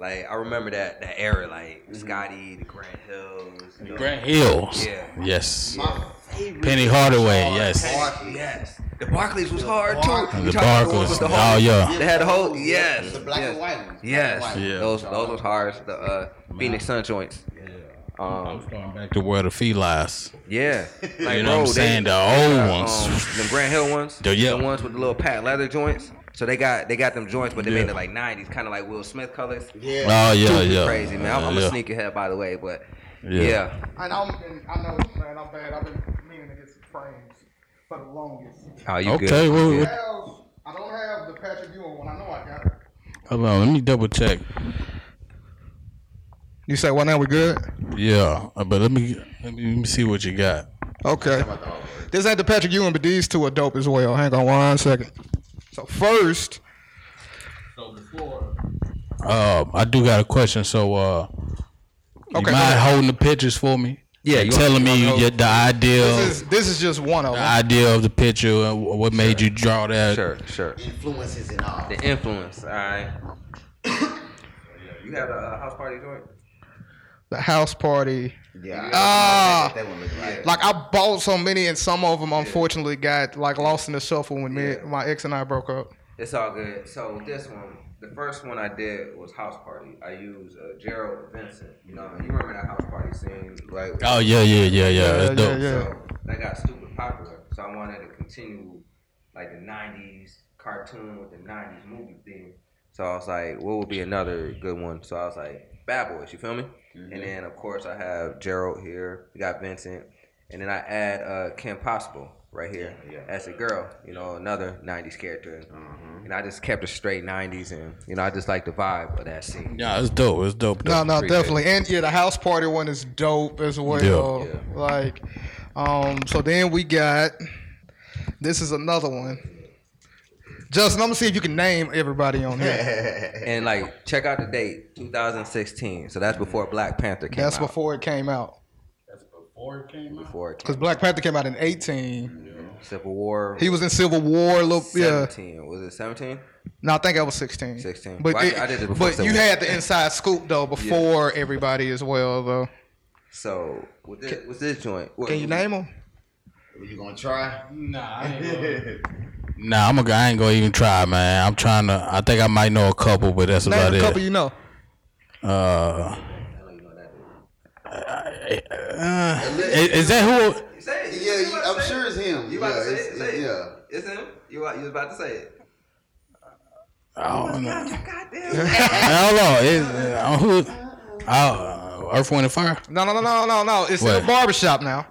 like I remember that that era, like
Mm-hmm.
Scotty, the Grand Hills, you know.
Grant Hills.
Yeah.
Yes.
My favorite
Penny Hardaway. Yes.
Barclays.
Yes. The Barclays was hard
Barclays.
too.
And
We
the
tried to go
Barclays.
with the
Oh,
whole-
yeah.
They had a whole yes.
The black
yes.
and white ones. black and
Yes,
white
Yeah.
those those was hard. The uh, Phoenix Sun joints. Um,
Going back to where the fee lies.
yeah, like,
You know what I'm saying? The old ones.
the Grand Hill ones,
The- yeah.
the ones with the little patent leather joints. So they got they got them joints, but they
Yeah.
made it like '90s, kind of like Will Smith colors.
Yeah.
*laughs* Oh yeah, yeah.
Crazy man, I'm,
Yeah,
I'm
yeah.
a sneakerhead by the way, but
Yeah.
yeah,
And I'm, and I know, man, I'm bad. I've been meaning to get some frames for the longest.
oh you
Okay.
good?
Well,
I, have,
what-
I don't have the Patrick Ewing one. I know I got it.
hold on. Let me double check.
You say, well, now we good?
Yeah, uh, but let me let me, let me see what you got.
Okay. This ain't the Patrick Ewing, but these two are dope as well. Hang on one second. So, first,
Uh, I do got a question. So, uh, you
Okay, go
mind
ahead.
holding the pictures for me?
Yeah, you
And
want-
telling me
you want
you- the idea,
this is, this is just one of
the
them.
idea of the picture, and wh- what made you draw that?
Sure, sure.
Influences and all.
The influence, all right. *coughs* you have a uh, house party joint?
The house party.
Yeah.
Ah.
that one look like.
Like, I bought so many, and some of them unfortunately got like lost in the shuffle when me, my ex and I broke up.
It's all good. So with this one, the first one I did was house party. I used uh, Gerald Vincent. You know, you remember that house party scene, like
Oh yeah, yeah, yeah, yeah. That's
yeah,
dope.
yeah.
So that got stupid popular. So I wanted to continue like the '90s cartoon with the '90s movie theme. So I was like, what would be another good one? So I was like, Bad Boys. You feel me?
Mm-hmm.
And then of course I have Gerald here. We got Vincent, and then I add uh, Kim Possible right here
Yeah, yeah.
as a girl. You know, another '90s character. And,
Mm-hmm.
and I just kept it straight '90s, and you know, I just like the vibe of that scene.
Yeah, it's dope. It's dope.
No,
dope.
no,
appreciate it.
definitely. And yeah, the house party one is dope as well.
Yeah.
Like, um, so then we got this is another one. Justin, I'm gonna see if you can name everybody on
*laughs*
here.
And like, check out the date, 2016. So that's before Black Panther came
That's
out.
before it came out.
before it came
Because Black Panther came out in 18.
Civil War.
He was in Civil War. Look, yeah.
17. Was it 17?
No, I think I was 16.
16.
But,
Well, I-
it-
I did it before
but you
Civil War.
had the inside scoop though before everybody as well though.
So, with this, with this joint. what-
Can you name them?
*laughs* You gonna try?
Nah, Nah, I'm a, I ain't gonna even try, man. I'm trying to. I think I might know a couple, but that's
Name
about
a
it. Uh,
couple you know.
Is, is that who?
Say it.
Yeah,
You
you,
about to
I'm
say
sure
it?
it's him.
You
yeah,
about to say
it's-
it? Say it.
yeah.
It's him. You wa- you was about to say it.
I don't know.
Goddamn.
I don't know. It, uh, who? Oh, uh, Earth, Wind, and Fire.
No, no, no, no, no, no. It's in
What?
a barbershop now.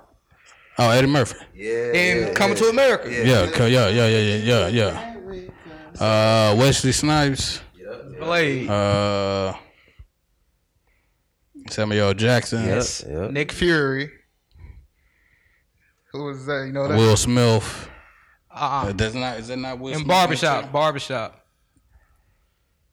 Oh, Eddie Murphy.
Yeah.
And
yeah,
coming
yeah.
to America.
Yeah.
Yeah, co- yeah, yeah, yeah, yeah, yeah, yeah. Uh, Wesley Snipes.
Blade.
Uh, Samuel Jackson.
Yes. Yep.
Nick Fury. Who was that? You know that?
Will Smith. Uh,
uh-uh.
that's not. Is that not Will?
In
Smith?
barbershop. Barbershop.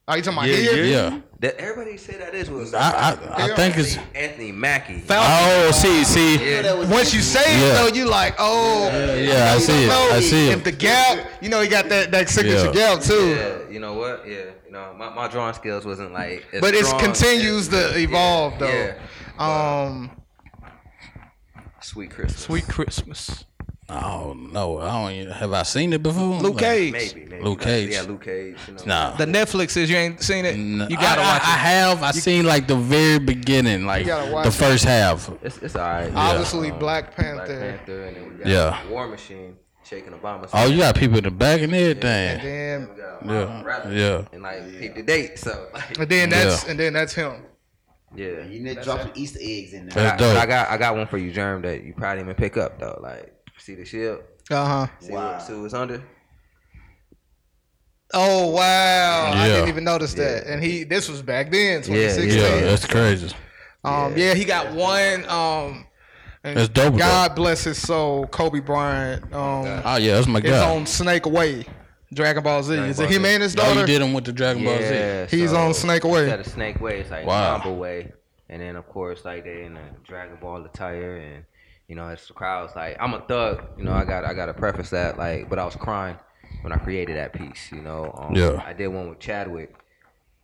Are you talking about here?
Yeah.
That everybody say that is was
I, I, I think it's.
Anthony Mackie.
Oh, see, see.
Yeah.
Once you say it,
Yeah.
though, you like, oh,
Yeah, I see it. I see
if the
it.
gap, you know, he got that that signature
Yeah.
gap too.
Yeah, you know what? Yeah, you know my, my drawing skills wasn't like. As
But it
strong
continues
as-
to evolve
yeah,
though.
yeah.
Um,
Sweet Christmas.
Sweet Christmas.
Oh no, I don't. Even, have I seen it before?
Luke
Like,
Cage.
Maybe, maybe.
Luke Cage.
Yeah, Luke Cage. You know.
Nah.
The Netflix is you ain't seen it.
N-
You gotta
I, I-
watch
I,
it.
have. I seen like the very beginning, like
gotta watch
the
it.
first half.
It's it's alright.
Obviously, Black
Black
Panther.
Panther, and then we got
Yeah.
War Machine shaking Obama.
Oh, you got people in the back and everything.
Then,
Yeah,
Rapping,
yeah.
And like peep the date. So *laughs* like,
and then that's
Yeah.
and then that's him.
yeah.
You need to drop some Easter eggs in there.
That's
I,
dope.
I got I got one for you, Germ, that you probably didn't even pick up though. Like, see the shield.
Uh huh.
See,
Wow.
what, see what's under?
Oh wow! I
Yeah.
didn't even notice that. And he, this was back then,
yeah.
2016.
yeah, that's crazy.
Um, yeah, he got one. Um, and
That's dope,
God bless his soul, Kobe Bryant. Um,
Oh yeah, that's my
is
guy.
on Snake Away, Dragon Ball Z.
Dragon
is
Ball
it him
Z.
and his
Oh,
daughter?
you did him with the Dragon Ball Z.
Yeah,
He's
so
on Snake Away.
Instead of Snake Way, it's like
Wow.
Mamba Way, and then of course like they in a Dragon Ball attire, and you know it's the crowds like I'm a thug. You know I got I got to preface that like, but I was crying when I created that piece. You know, um,
Yeah.
I did one with Chadwick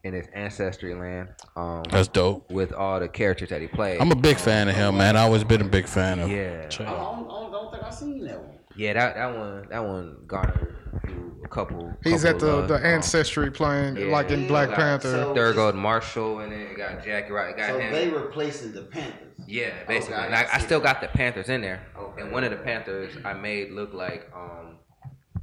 in his ancestry land. Um,
That's dope.
with all the characters that he played.
I'm a big fan of him, man. I always been a big fan of.
Yeah.
Check.
I don't, I don't think I seen that one.
yeah, that that one that one garnered a couple.
He's at
couple
the,
of,
the
um,
ancestry playing
yeah,
like in
you
Black
got
Panther.
Thurgood Marshall, and then it got Jackie Rock. It got
So
him.
they replacing the Panthers.
Yeah, basically.
Okay,
and I,
I
I
see
still
that.
got the Panthers in there.
Okay.
And one of the Panthers I made look like um,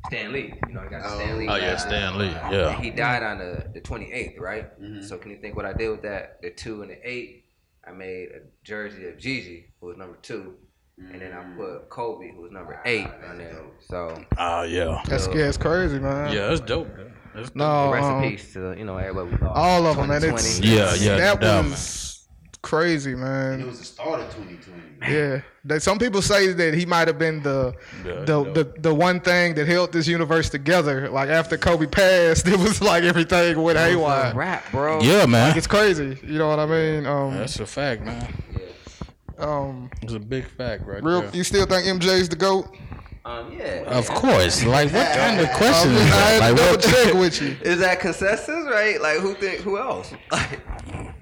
Stan Lee. You know, I got the
Oh.
Stan Lee.
Oh yeah, Stan Lee. Yeah.
And he died on the, the 28th, right?
Mm-hmm.
So can you think what I did with that? The 2 and the 8, I made a jersey of Gigi, who was number 2. And then
Mm-hmm.
I put Kobe, who was
Ah,
number 8 on there. So
Oh yeah.
That's yeah, it's crazy, man.
Yeah, that's dope. man. That's dope.
No,
rest
um,
in peace to, you know, everybody we lost.
all of them, man.
2020.
It's
Yeah, yeah,
That
dumb.
was crazy,
It
man.
was the start of 2020.
Yeah, that some people say that he might have been the
Yeah,
the,
yeah.
the the one thing that held this universe together. Like after Kobe passed, *laughs* it was like everything went haywire.
Rap, bro.
Yeah, man.
It's crazy, you know what I mean? Um,
That's a fact, man.
um,
It's a big fact, right
real,
there.
you still think MJ's the goat?
Um, yeah.
Of course. Like, what kind of
I
question
was-
is
I
that?
had to
Like,
double
what?
check with you.
Is that consensus, right? Like, who think? Who else? *laughs*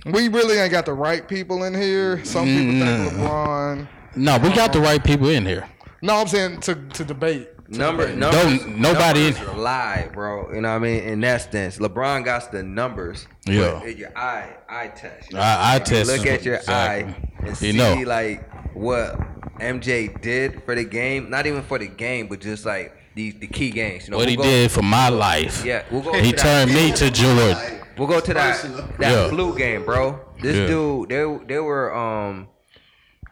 Like,
We really ain't got the right people in here. Some people
Mm-hmm.
think LeBron.
No, we got the right people in here.
No, I'm saying to to debate.
Number, numbers,
Don't- nobody-
numbers lie, bro. You know what I mean? In that sense, LeBron got the numbers. but
Yeah.
in your eye, eye test. You know?
Oh. I, I
You
test.
Look at your
exactly.
eye and
You
see
know.
like what MJ did for the game. Not even for the game, but just like the the key games. You know
What
we'll
he
go-
did for my life.
Yeah, we'll go.
He
to that-
turned me to Jordan.
*laughs* We'll go to that
Personal.
that
Yeah.
blue game, bro. This
Yeah.
dude, they they were um,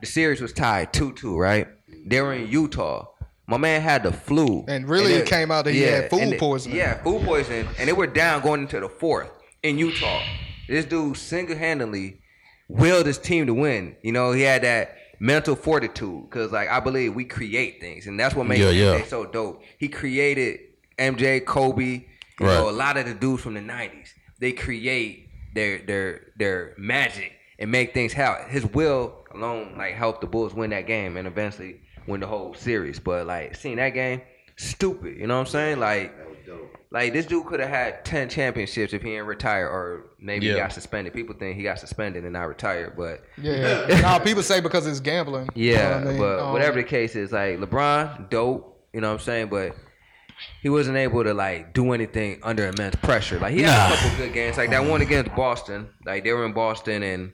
the series was tied two two, right? They were in Utah. My man had the flu,
And really,
they-
it came out that he had food
and they-
poisoning.
Yeah, food poisoning, and they were down going into the fourth in Utah. This dude single handedly willed his team to win. You know, he had that mental fortitude because, like, I believe we create things, and that's what makes
Yeah, yeah.
MJ so dope. He created MJ, Kobe, you
Right.
know, a lot of the dudes from the '90s. They create their their their magic and make things happen. His will alone, like, helped the Bulls win that game and eventually win the whole series. But like, seeing that game, stupid. You know what I'm saying? Like. Like this dude could have had ten championships if he didn't retire, or maybe
Yeah.
he got suspended. People think he got suspended and not retired, but
Yeah. nah, people say because it's gambling. you know
yeah.
what I mean?
But
Um,
whatever the case is, like LeBron, dope. You know what I'm saying? But he wasn't able to like do anything under immense pressure. Like he had
Nah.
a couple good games, like that one against Boston. Like they were in Boston and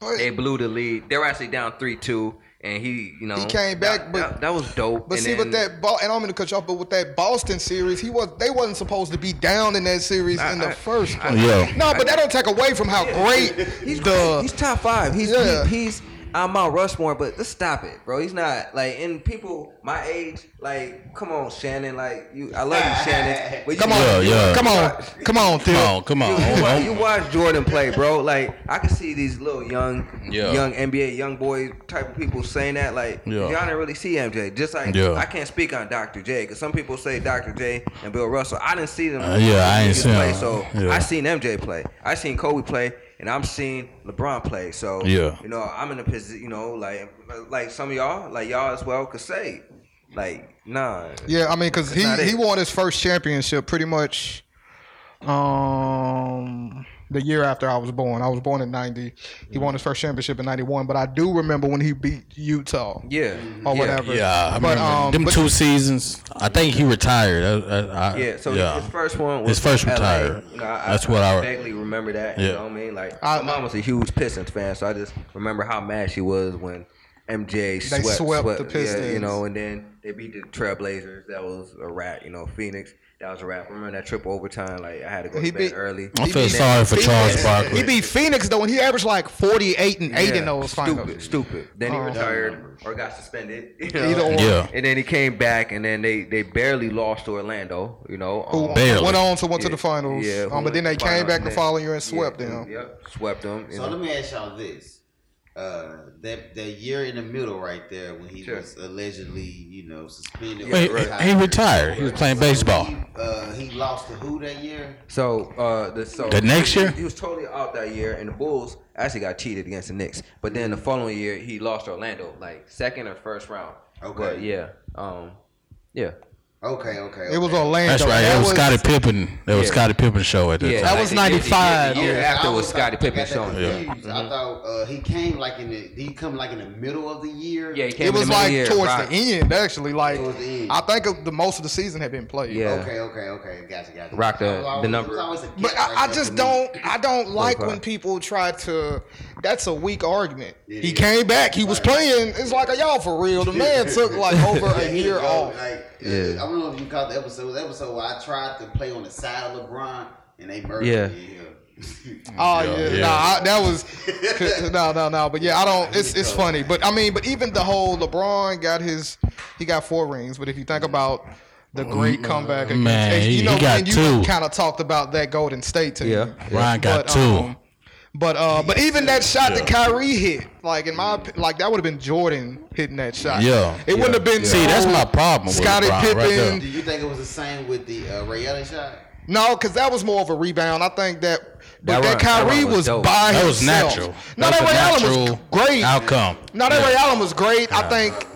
But-
they blew the lead. They were actually down three two, and he you know
He came back,
that,
but-
that, that was dope.
But
and
see,
then,
with that ball, and I'm gonna cut you off. But with that Boston series, he was they wasn't supposed to be down in that series in the
I-
first.
I-
place.
Yeah.
no, but that don't take away from how great
He's
the.
great. He's top five. He's
Yeah.
he, he's on Mount Rushmore, but let's stop it, bro. He's not like and people my age, like come on, Shannon. Like you, I love you, Shannon. But you,
come on,
Yeah, yeah.
come on, come on, Phil.
Come on, come on.
You, you,
Don't-
wa-
don't-
you watch Jordan play, bro. Like I can see these little young,
Yeah.
young NBA young boy type of people saying that. Like
Yeah.
y'all didn't really see MJ. Just like
Yeah.
I can't speak on Dr. J because some people say Dr. J and Bill Russell. I didn't see them.
Uh, yeah, I ain't
niggas
seen
play,
them.
So
Yeah.
I seen MJ play. I seen Kobe play, and I'm seeing LeBron play. So
Yeah.
you know I'm in a position. You know, like like some of y'all, like y'all as well, could say, like nah,
Yeah, I mean, because he,
not it.
he won his first championship pretty much um, the year after I was born. I was born in 90. He won his first championship in 91, but I do remember when he beat Utah
yeah,
or
yeah.
whatever.
Yeah, I
But,
remember
um,
them
but-
two seasons. I think he retired. I, I, I,
Yeah, so his first one was
His first
LA.
retired.
You know, I,
That's what I-
vaguely remember that. You
Yeah.
know what I mean? Like
I-
my mom was a huge Pistons fan, so I just remember how mad she was when MJ
They
swept,
swept the
Yeah, you
Pistons.
know, and then they beat the Trailblazers. That was a wrap. You know, Phoenix. That was a wrap. Remember that triple overtime? Like I had to go
He
to bed
beat-
early.
I
He
feel
beat-
sorry for Charles Barkley.
He beat Phoenix, though, and he averaged like 48 and 8 in
Yeah,
those
stupid,
finals.
stupid. Then he
Oh.
retired or got suspended. *laughs* you know?
Either or.
Yeah.
And then he came back, and then they, they barely lost to Orlando. You know,
Who
um,
Barely.
went on to went to
Yeah,
the finals.
yeah,
um, but then they came
finals,
back the
and
following year and swept
yeah,
them.
Yep, swept them. you
So
know.
let me ask y'all this: uh, that that year in the middle, right there, when he
Sure.
was allegedly, you know, suspended.
Wait,
or
he- he retired. He was playing baseball.
He, uh, he lost to who that year?
So uh, the so
The next year?
he, he was totally out that year, and the Bulls actually got cheated against the Knicks. But then the following year, he lost to Orlando, like second or first round.
Okay.
But yeah, um, yeah,
Okay, okay.
It was
okay.
Orlando.
That's right.
That
It was Scottie Pippen. It was
Yeah.
Scottie Pippen show at that
yeah.
time.
That was
the year- the year-
95.
The year,
Okay,
after
I
was Scottie
I
Pippen
got that
showing. Yeah. Mm-hmm.
confused. I thought uh, he came like in the did he come like in the middle of the year.
yeah, he came
It was
in the middle
like
year,
towards
right.
the end, actually. Like
Towards the end.
I think of the most of the season had been played.
Yeah.
Okay, okay, okay. Gotcha, gotcha.
Rock the-
I was always-
the number.
it was always a gap
But
right
I, I
there for
just
me.
don't. I don't like when
Right.
people try to. That's a weak argument.
It
he
is.
came back. He was playing. It's like y'all for real. The
*laughs*
man took like over
Yeah,
a
he
year
was
off.
old. Like,
Yeah.
I don't know if you caught the episode. The episode where I tried to play on the side of LeBron and they murdered
Yeah.
me. Yeah.
Oh
Yeah,
yeah,
yeah.
nah, I, that was no, no, no. But yeah, I don't. It's it's funny, but I mean, but even the whole LeBron got his, he got four rings. But if you think about the great comeback, against-
Oh, Man,
and,
he-
you
he
know,
got
and
two.
you kind of talked about that Golden State team.
Yeah.
Ryan got two.
but um, uh, but even that shot that Kyrie hit, like in my opi- like that would have been Jordan hitting that shot.
Yeah.
it wouldn't have been.
See, that's
no
my problem with
Scottie
LeBron right
Pippen.
there.
Do you think it was the same with the uh, Ray Allen shot?
No, because that was more of a rebound. I think that. But
That
that,
run- that
Kyrie
run was
was,
dope.
by
That was
himself.
natural.
No,
That's
that
a
Ray Allen was
natural
great.
Outcome.
No, that Ray Allen was great. I think.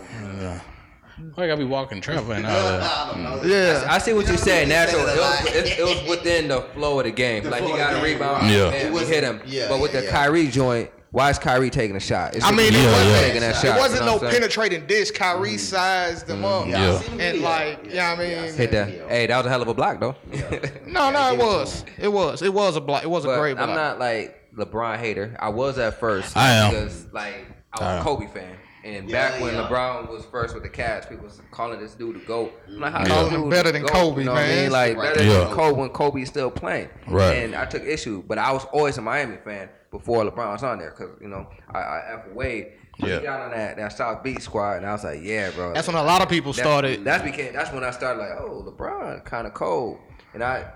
I gotta be walking uh, travel and all that.
I don't know.
Yeah.
Uh, I see what you're saying.
Yeah,
Natural. It
that's
was,
a
it, it was
*laughs*
within the flow of the game. like
flow
you
of
got
the
a
game,
rebound.
right.
Yeah.
And
It
we
wasn't-
hit him.
yeah,
but with
yeah,
the
yeah.
Kyrie joint, why is Kyrie taking a shot? It's
I mean,
Yeah,
it
yeah.
wasn't,
Taking that
it
shot,
wasn't
you know
no
what I'm saying?
penetrating dish. Kyrie sized them up.
Yeah.
I seen the
And
video.
like, Mm. yeah, I mean,
seen
hit
the
that.
video.
Hey, that was a hell of a block though. *laughs*
no, no, it was. It was. It was a block. It was a
But
great block.
I'm not like LeBron hater. I was at first.
I am.
because like I was
I am.
a Kobe fan. And
Yeah,
back when
yeah.
LeBron was first with the Cavs, people was calling this dude the GOAT. I'm like, how
Yeah.
this
Calling
him
dude
better
the
than
GOAT,
Kobe,
you know what I
man.
mean? Like
Right.
better
Yeah.
than Kobe when Kobe's still playing.
Right.
And I took issue, but I was always a Miami fan before LeBron was on there because you know I, I F Wade. put
Yeah.
me down on that, that South Beach squad, and I was like, yeah, bro.
That's when a lot of people
That-
started.
That's became. That's when I started like, oh, LeBron, kind of cold, and I.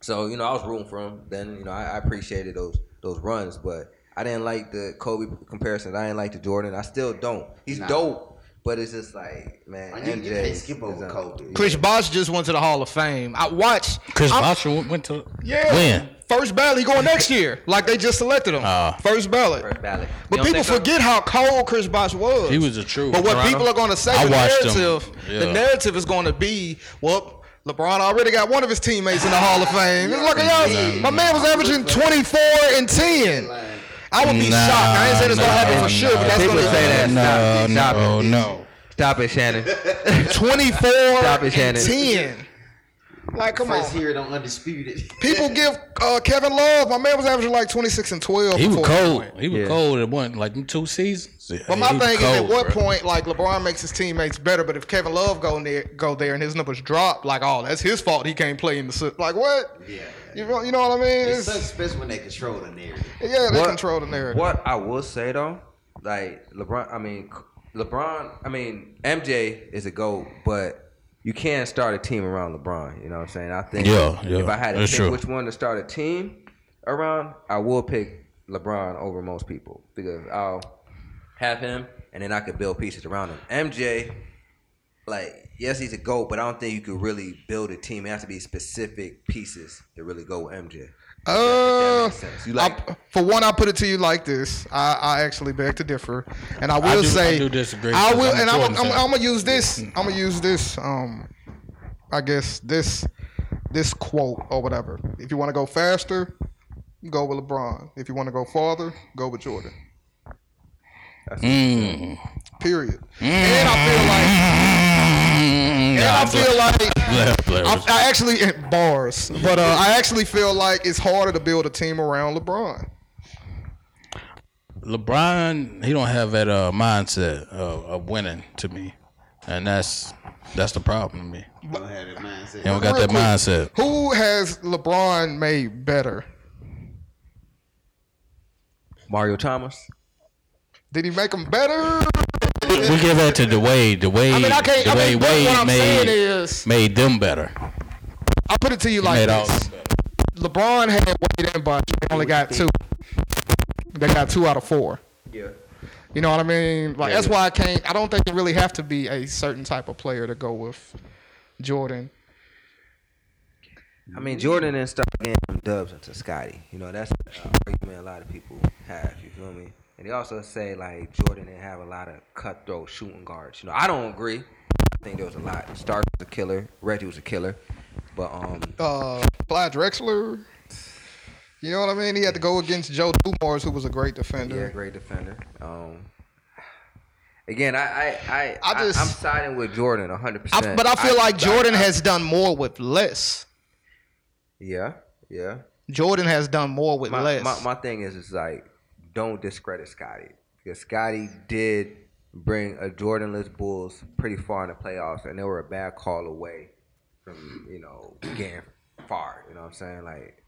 So you know, I was rooting for him. Then you know, I, I appreciated those those runs, but I didn't like the Kobe comparisons. I didn't like the Jordan. I still don't. He's
Nah.
dope, but it's just like man,
You, you
MJ
can't
's-
skip
is
over
un-
Kobe.
Chris Bosh just went to the Hall of Fame. I watched.
Chris
I'm-
Bosh went went to
Yeah.
when?
First ballot. He going next year. Like they just selected him.
Ah.
First ballot.
First ballot. You
But
don't
people
think so?
forget how cold Chris Bosh was.
He was the truth.
But what
Toronto.
people are going to say,
I
the
watched him.
narrative,
Yeah.
the narrative is going to be, well, LeBron already got one of his teammates in the Hall of Fame. It's like, y'all, my man was averaging 24 and 10. I would be
Nah,
shocked. I ain't saying it's going to happen for sure, but that's
People
going to
say that.
No,
Stop it.
no, no.
*laughs*
Stop it, Shannon.
24
Stop it,
and
Shannon.
10. Like, come
First
on.
here, don't undisputed.
People give uh, Kevin Love. My man was averaging like 26 and 12.
He was
before that
cold.
point.
He was
Yeah.
cold at one like them two seasons. Yeah,
But my
he was
thing is, at
cold,
what
bro.
point, like LeBron makes his teammates better, but if Kevin Love go in there, go there, and his numbers drop, like, oh, that's his fault. He can't play in the si- like what?
*laughs* yeah.
You know, you know what I mean?
It
It's-
sucks, especially when they control the narrative.
yeah, they
What-
control the narrative.
What I will say though, like LeBron, I mean LeBron, I mean MJ is a goat, but you can start a team around LeBron. You know what I'm saying? I think
Yeah, yeah,
if I had to pick
that's true.
which one to start a team around, I will pick LeBron over most people because I'll have him, and then I could build pieces around him. MJ, like yes, he's a goat, but I don't think you could really build a team. It has to be specific pieces to really go with MJ. that
Uh,
makes sense. You like-
I- for one, I put it to you like this. I, I actually beg to differ, and I will
do- I
say
do disagree,
I will,
'cause I'm
and I'm,
Jordan
I'm,
fan.
I'm gonna use this. I'm gonna use this. Um, I guess this this quote or whatever. If you want to go faster, go with LeBron. If you want to go farther, go with Jordan.
Mm.
Period. And I feel like,
Mm-hmm.
and I feel like. I, I actually eh, bars, but uh, I actually feel like it's harder to build a team around LeBron.
LeBron, he don't have that uh, mindset of, of winning to me, and that's that's the problem to me.
Don't have that mindset.
He don't got
Real
that
quick.
mindset.
Who has LeBron made better?
Mario Thomas.
Did he make him better?
We give that to Dwayne. Dwayne,
I mean, I can't. I
Dwayne
mean, but
Wade
what I'm saying
made
is,
made them better.
I put it to you like
Made all
this:
them better.
LeBron had Wade and Bosh. They only got two. They got two out of four.
Yeah.
You know what I mean? Like
Yeah,
that's
yeah.
why I can't. I don't think you really have to be a certain type of player to go with Jordan.
I mean, Jordan didn't start getting them dubs until Scotty. You know, that's an argument a lot of people have. You feel me? And they also say like Jordan didn't have a lot of cutthroat shooting guards. You know, I don't agree. I think there was a lot. Stark was a killer. Reggie was a killer. But um,
Uh, Clyde Drexler. You know what I mean? He had to go against Joe Dumars, who was a great
yeah,
defender.
great defender. Um, again, I I I,
I
I
just-
am siding with Jordan 100.
I,
percent
but I feel like Jordan has done more with less.
Yeah, yeah.
Jordan has done more with
my,
less.
my my thing is is like don't discredit Scotty because Scotty did bring a Jordanless Bulls pretty far in the playoffs, and they were a bad call away from you know getting far. You know what I'm saying? Like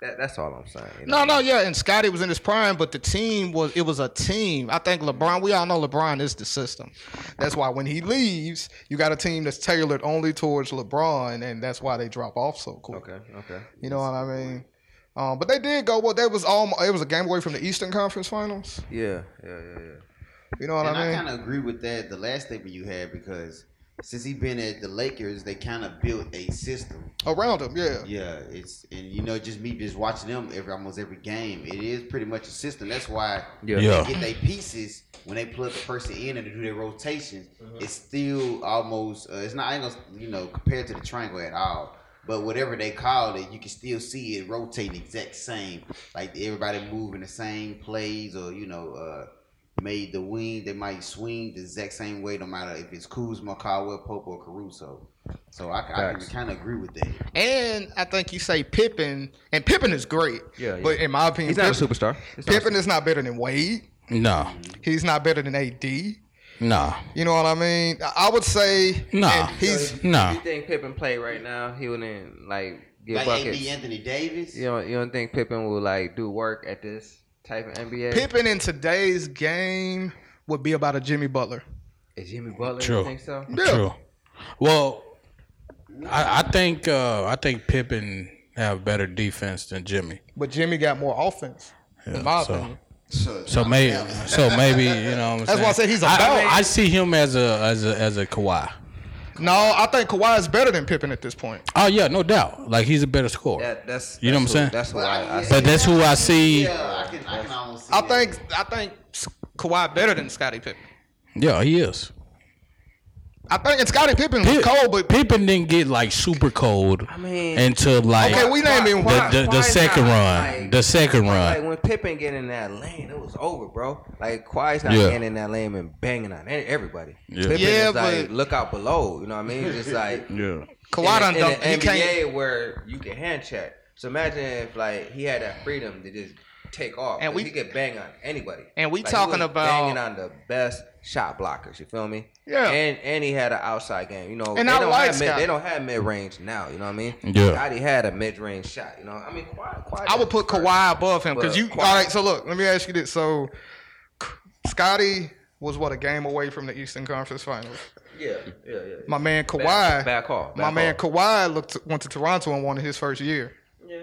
that, that's all I'm saying. you
no,
know?
no, yeah, and Scotty was in his prime, but the team was it was a team. I think LeBron, we all know LeBron is the system. That's why when he leaves, you got a team that's tailored only towards LeBron, and that's why they drop off so quick.
Okay, okay.
You know what I mean? Um, but they did go well. They was all it was a game away from the Eastern Conference Finals.
Yeah, yeah, yeah, yeah.
You know what
and
I
I
mean?
kind of agree with that. The last statement you had because since he been at the Lakers, they kind of built a system.
Around him, yeah.
Yeah, it's and you know just me just watching them every almost every game. It is pretty much a system. That's why
Yeah.
they
Yeah.
get their pieces when they plug the person in and they do their rotations. It's still almost uh, it's not I ain't gonna you know compared to the triangle at all. But whatever they call it, you can still see it rotating exact same. Like everybody moving the same plays or you know. uh Made the wing, they might swing the exact same way, no matter if it's Kuzma, Caldwell, Pope, or Caruso. So I, I can
Facts.
kind of agree with that.
And I think you say Pippen, and Pippen is great.
Yeah, yeah.
But in my opinion,
He's not a
Pippen-
superstar. He's not a
Pippen is not better than Wade.
Nah,
He's not better than AD. You
nah,
know what I mean? I I would say
Nah.
and he's
nah.
You think Pippen play right now? He wouldn't like get
Like
buckets.
AB Anthony Davis.
You don't, you don't think Pippen will like do work at this type of NBA?
Pippen in today's game would be about a Jimmy Butler.
Is Jimmy Butler?
True.
You think so?
Yeah.
True. Well, I, I think uh, I think Pippen have better defense than Jimmy.
But Jimmy got more offense,
Yeah,
in my
so-
opinion.
So maybe, so maybe you know. What I'm
That's why I said
saying?
he's a
I,
dog.
I see him as a as a as a Kawhi.
No, I think Kawhi is better than Pippen at this point.
Oh yeah, no doubt. Like he's a better scorer.
That, that's
You know
that's
what I'm
who-
saying?
That's why I, I
But that's who I see.
Yeah, I can, I can almost see
I
that.
think I think Kawhi better than Scottie Pippen.
Yeah, he is.
I think it's Scottie Pippen was
Pip-
cold, but
Pippen didn't get like super cold
mean-
until like
Okay, we named him
the,
why-
the, the
why
second
not?
run.
Like-
the second
Like
run.
when Pippen get in that lane, it was over, bro. Like Kawhi's not
Yeah.
getting in that lane and banging on e- everybody.
Yeah.
Pippen
Yeah,
is like
but-
look out below. You know what I mean? Just like
Yeah.
Kawhi done
in, the- in
dunked.
the
He
NBA
can't.
where you can hand check. So imagine if like he had that freedom to just take off
And
and
we-
we could bang on anybody.
and we
Like, he
talking
was
about-
banging on the best shot blockers. You feel me?
Yeah.
And and he had an outside game. You know,
And
they
I
don't
like
have mid,
Scott.
they don't have mid range now. You know what I mean?
Yeah.
Scotty had a mid range shot. You know, I mean, Kawhi, Kawhi
I would put Kawhi above him because
But
you.
Kawhi-
All right, so look, let me ask you this. So, Scotty was what a game away from the Eastern Conference Finals.
Yeah, yeah, yeah.
My man Kawhi.
Back- back off,
my
back
man
off.
Kawhi looked went to Toronto and won his first year.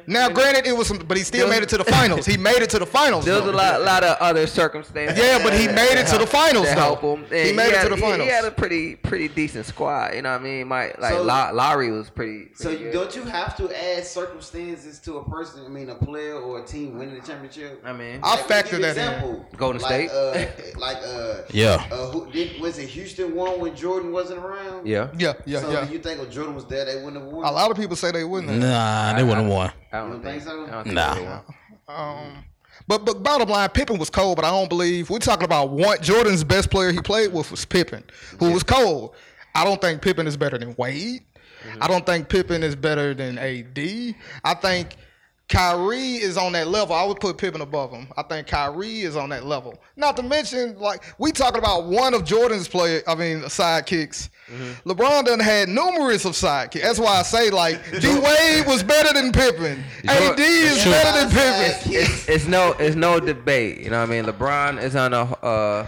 Now, granted, it was, some, but he still made it to the finals. He made it to the finals.
There's
though.
a lot, lot of other circumstances.
Yeah, but he
that-
made it
that
to the
help- *laughs*
finals,
that
though.
help him.
He
And
made it
had-
to the
he-
finals.
He had a pretty, pretty decent squad. You know what I mean? My like
So-
La- Lowry was pretty. pretty
So you,
good.
don't you have to add circumstances to a person? I mean, a player or a team winning the championship.
I mean,
I
Like,
factor
give
that in.
example,
Golden
like,
State.
uh, *laughs* like uh,
Yeah.
Uh, who, did, was it Houston won when Jordan wasn't around?
yeah.
Yeah, yeah,
so
yeah.
do you think if Jordan was there, they wouldn't have won?
A lot of people say they wouldn't. have.
Nah, they wouldn't have won.
I
You don't think so?
I don't think
Nah.
they won.
Um, but but bottom line, Pippen was cold, but I don't believe we're talking about one Jordan's best player he played with was Pippen, who was cold. I don't think Pippen is better than Wade. I don't think Pippen is better than AD. I think Kyrie is on that level. I would put Pippen above him. I think Kyrie is on that level. Not to mention, like we talking about one of Jordan's player. I mean, sidekicks. LeBron done had numerous of sidekicks. That's why I say like D Wade was better than Pippen. AD is
Sure.
better than Pippen.
It's, it's no, it's no debate. You know what I mean? LeBron is on the, uh,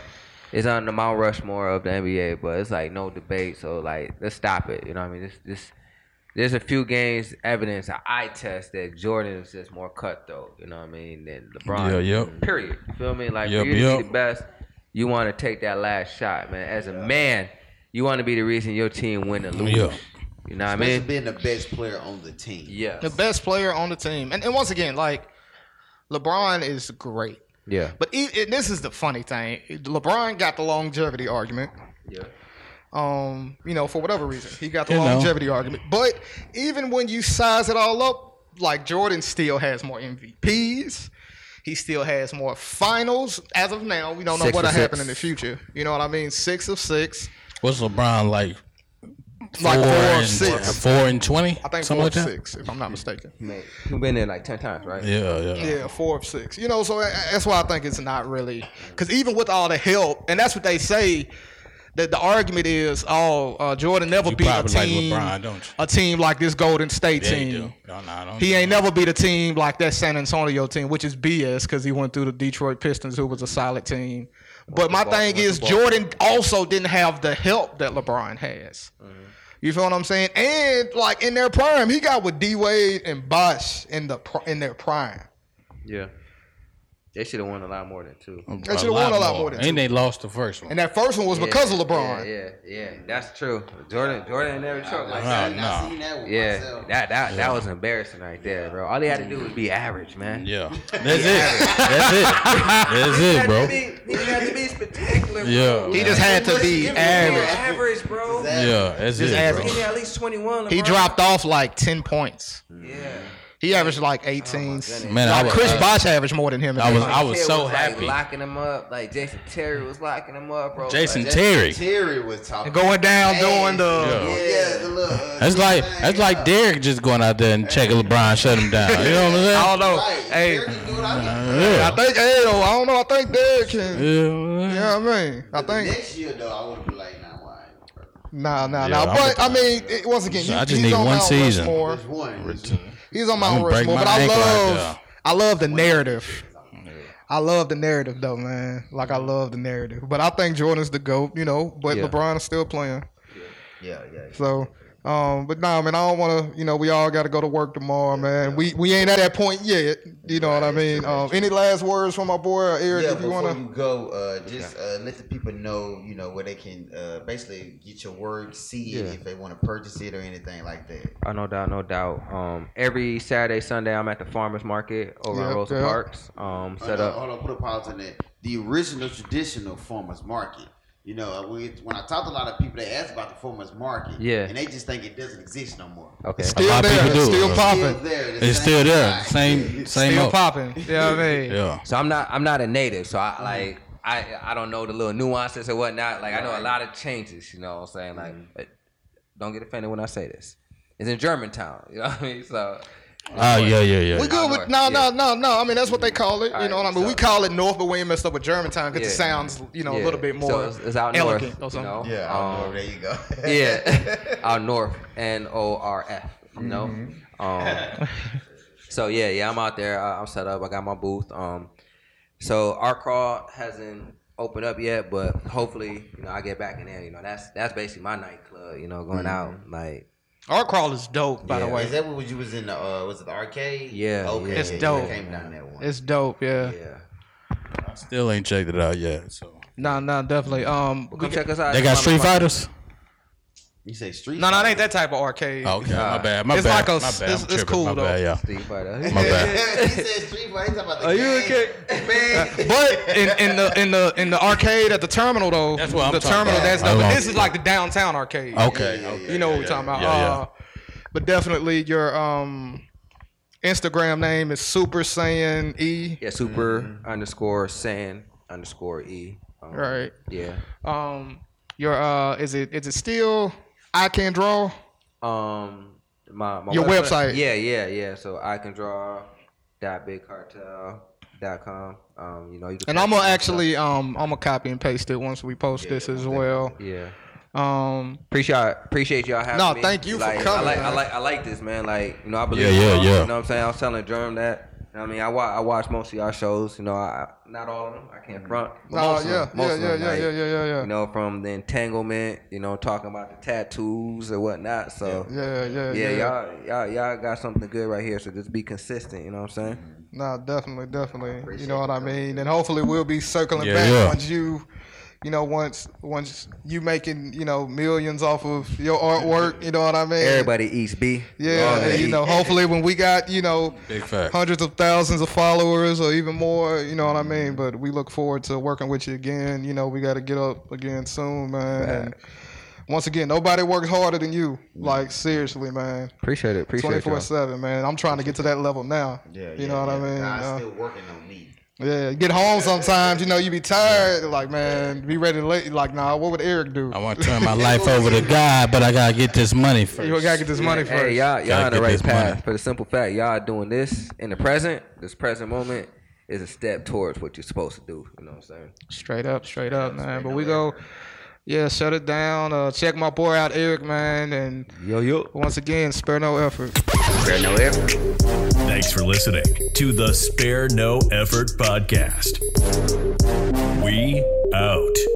is on the Mount Rushmore of the NBA, but it's like no debate. So like, let's stop it. You know what I mean? This, this, there's a few games evidence, an eye test that Jordan is just more cutthroat. You know what I mean? Than LeBron.
Yeah, yep.
Period. You feel me? Like
Yep,
for you to
yep.
be the best, you want to take that last shot, man. As a man, you want to be the reason your team win or lose.
Yeah.
You know what I
Especially
mean?
being the best player on the team.
Yeah.
the best player on the team. And, and once again, like LeBron is great,
Yeah.
but e and this is the funny thing. LeBron got the longevity argument.
Yeah.
Um, you know, for whatever reason, he got the
You know.
longevity argument. But even when you size it all up, like Jordan still has more MVPs. He still has more finals as of now. We don't know
Six
what'll
of six.
happen in the future. You know what I mean? Six of six.
What's LeBron like?
Like four of
and
six.
Four and twenty.
I think
something
four
like
of
that.
six, if I'm not mistaken.
Man, you've been there like ten times, right?
Yeah, yeah.
Yeah, four of six. You know, so tha- that's why I think it's not really because even with all the help, and that's what they say. That the argument is, oh, uh, Jordan never
You
beat a
probably like
team,
LeBron, don't you?
a team like this Golden State
Yeah,
team.
you do. No, no, I don't
He
do
ain't
that.
never beat a team like that San Antonio team, which is BS because he went through the Detroit Pistons, who was a solid team. But my
Ball-
thing
with the
is,
ball.
Jordan also didn't have the help that LeBron has.
Mm-hmm.
You feel what I'm saying? And like in their prime, he got with D Wade and Bosh in the pri- in their prime.
Yeah. They should have won a lot more than two.
Um,
They should've won a lot more than
And they lost the first one.
And that first one was because of LeBron.
Yeah, yeah, yeah. That's true. Jordan, Jordan never choked like
Like,
that.
I,
no.
I seen that one
Yeah,
myself.
that that that was embarrassing right there, bro. All he had to do was be average, man.
Yeah, that's it. That's it. That's it, bro.
He had to be spectacular. bro.
Yeah.
He just had to be
He had to be
average.
average, bro.
Exactly.
Yeah, that's it,
average.
bro.
He had at least twenty-one.
He
LeBron.
dropped off like 10 points.
Yeah.
He averaged like
Oh,
18.
Man, I
like
was,
Chris
uh,
Bosh averaged more than him.
I was, I
Kid
was so
like,
happy.
locking him up, like Jason Terry was locking him up, bro.
Jason
Like,
Terry.
Terry was talking.
Going down, doing
Yeah.
the.
yeah, the little. Uh,
That's like
thing,
that's like
yeah.
Derek just going out there and checking LeBron, shut him down. You know what
I
I'm saying?
don't know.
Right.
Hey,
Terry can do what I can.
I
Yeah.
think, hey, though, I don't know. I think Derrick can. Yeah. You
Yeah.
know what I mean? I
But the
think.
next year though, I would have been like, nah, why?
Nah, nah,
Yeah,
nah.
I'm
But,
a-
I mean, it, once again,
So
you,
I
he's
just need
on
one
Mount
season.
Rushmore.
It's one.
He's on Mount
I'ma break
Rushmore.
my
But I
ankle out
love,
there.
I love the narrative. I love the narrative, though, man. Like, I love the narrative. But I think Jordan's the GOAT, you know. But
Yeah.
LeBron is still playing.
Yeah, yeah.
So, um, but nah, man, I don't want to. You know, we all got to go to work tomorrow, man. We we ain't at that point yet. You know what I mean? Um, any last words from my boy Eric?
Yeah,
if you
before
want to,
you go, uh, just uh, let the people know, you know, where they can uh, basically get your work, see it
Yeah.
if they want to purchase it or anything like that.
Oh, no doubt, no doubt. Um, every Saturday, Sunday, I'm at the farmers market over
Yeah,
in Rosa
yeah.
Parks. Um, set
hold
up.
On, hold on, put a pause on that. The original traditional farmers market. You know, I- we, when I talk to a lot of people, they ask about the farmers market.
Yeah.
and they just think it doesn't exist no more.
Okay.
Still
lot of
there,
people do,
still
bro.
popping,
there. the
It's
same
still there.
size. *laughs*
Same, same.
still
up.
popping. You know what I mean?
Yeah.
So I'm not I'm not a native, so I like I I don't know the little nuances and whatnot. Like I know a lot of changes, you know what I'm saying? Like
Mm-hmm.
uh, don't get offended when I say this. It's in Germantown, you know what I mean? So
Oh yeah, yeah, yeah.
We good with no,
Outdoor,
no, no, no. I mean, that's what they call it. You know what I mean? We
Alright,
call it North, but we ain't messed up with Germantown because
Yeah.
it sounds, you know,
yeah.
a little bit
So
more
it's, it's out
elegant
north,
or something.
You know?
Yeah, I
Um,
know. there you go. *laughs*
*laughs*
yeah, out north, N O R F. You know,
Mm-hmm.
um, so yeah, yeah, I'm out there. I, I'm set up. I got my booth. Um, so our crawl hasn't opened up yet, but hopefully, you know, I get back in there. You know, that's that's basically my nightclub. You know, going
Mm-hmm.
out like
Art crawl is dope, by the
Yeah.
Is
way.
that what you was in the uh was it the arcade?
Yeah,
Okay.
yeah. It's
yeah,
dope.
I came down that one.
It's dope, yeah.
yeah.
Still ain't checked it out yet. So
Nah, nah, definitely. Um,
Well,
we
come check us out.
they got Street
Motherfucker.
Fighters.
you say street.
No, no, it ain't
fighter.
that type of arcade.
Oh, okay, my bad. My
Uh, It's
bad.
like a-
my bad. I'm
it's- it's
tripping.
cool,
my
though.
Bad,
*laughs*
yeah.
Street Fighter.
My
*laughs*
*laughs*
bad.
he said street fighter. He's talking about the
Are you
gang.
okay?
*laughs* Man.
But in, in the in the in the arcade at the terminal though,
That's what I'm
the
talking
terminal
about.
that's
I
no, but
don't-
this is like the downtown arcade.
Okay.
Yeah, yeah,
okay.
you know what
yeah,
we're talking
yeah,
about.
yeah, yeah.
Uh, but definitely your um Instagram name is Super Saiyan E.
Yeah, super
Mm-hmm.
underscore san underscore e. Um,
Right.
Yeah.
Um, your uh, is it is it still I can draw?
Um, my, my
Your website.
Yeah, yeah, yeah. So I can draw dot dot com. Um, you know you can.
And I'm gonna actually um I'm gonna copy and paste it once we post this as well.
Yeah.
Um,
Appreciate appreciate y'all having
No,
me.
thank you for
Like,
coming,
I like I
man.
like I like this man. Like you know I believe.
Yeah, yeah,
y'all,
yeah.
You know what I'm saying I was telling Germ that. you know what I mean I watch I watch most of y'all shows. You know I not all of them. I can't front. but
no,
most of
Mm-hmm. uh, yeah,
them, most
yeah,
of
yeah,
them,
yeah,
like,
yeah, yeah, yeah, yeah.
You know from the entanglement. You know talking about the tattoos and whatnot. So
Yeah, yeah,
yeah,
yeah.
y'all, y'all, y'all got something good right here. So just be consistent. You know what I'm saying?
No, definitely, definitely. You know what I mean. And hopefully, we'll be circling
Yeah,
back
yeah.
once you, you know, once once you making you know millions off of your artwork. You know what I mean.
Everybody eats B.
Yeah,
All
and,
they
you
eat.
know, hopefully when we got, you know,
Big fact.
hundreds of thousands of followers or even more, you know what I mean? But we look forward to working with you again. You know, we got to get up again soon, man. And once again, nobody works harder than you. Like, seriously, man.
Appreciate it. Appreciate
24
it.
7, man. I'm trying to get to that level now.
Yeah,
you know what I mean?
God's
Uh,
still working on me.
yeah, get home sometimes. You know, you be tired. Like, man, be ready to lay. Like, nah, what would Eric do?
I want to turn my life over to God, but I gotta get this money first.
You gotta get this money first.
Hey, y'all, y'all
Gotta
on the
get
right
this
path.
money.
For the simple fact, y'all doing this in the present. This present moment is a step towards what you're supposed to do. You know what I'm saying?
Straight up, straight up, man. But we go, yeah, shut it down. Uh, check my boy out, Eric, man. And
Yo, yo.
once again, spare no effort.
Spare no effort.
Thanks for listening to the Spare No Effort Podcast. We out.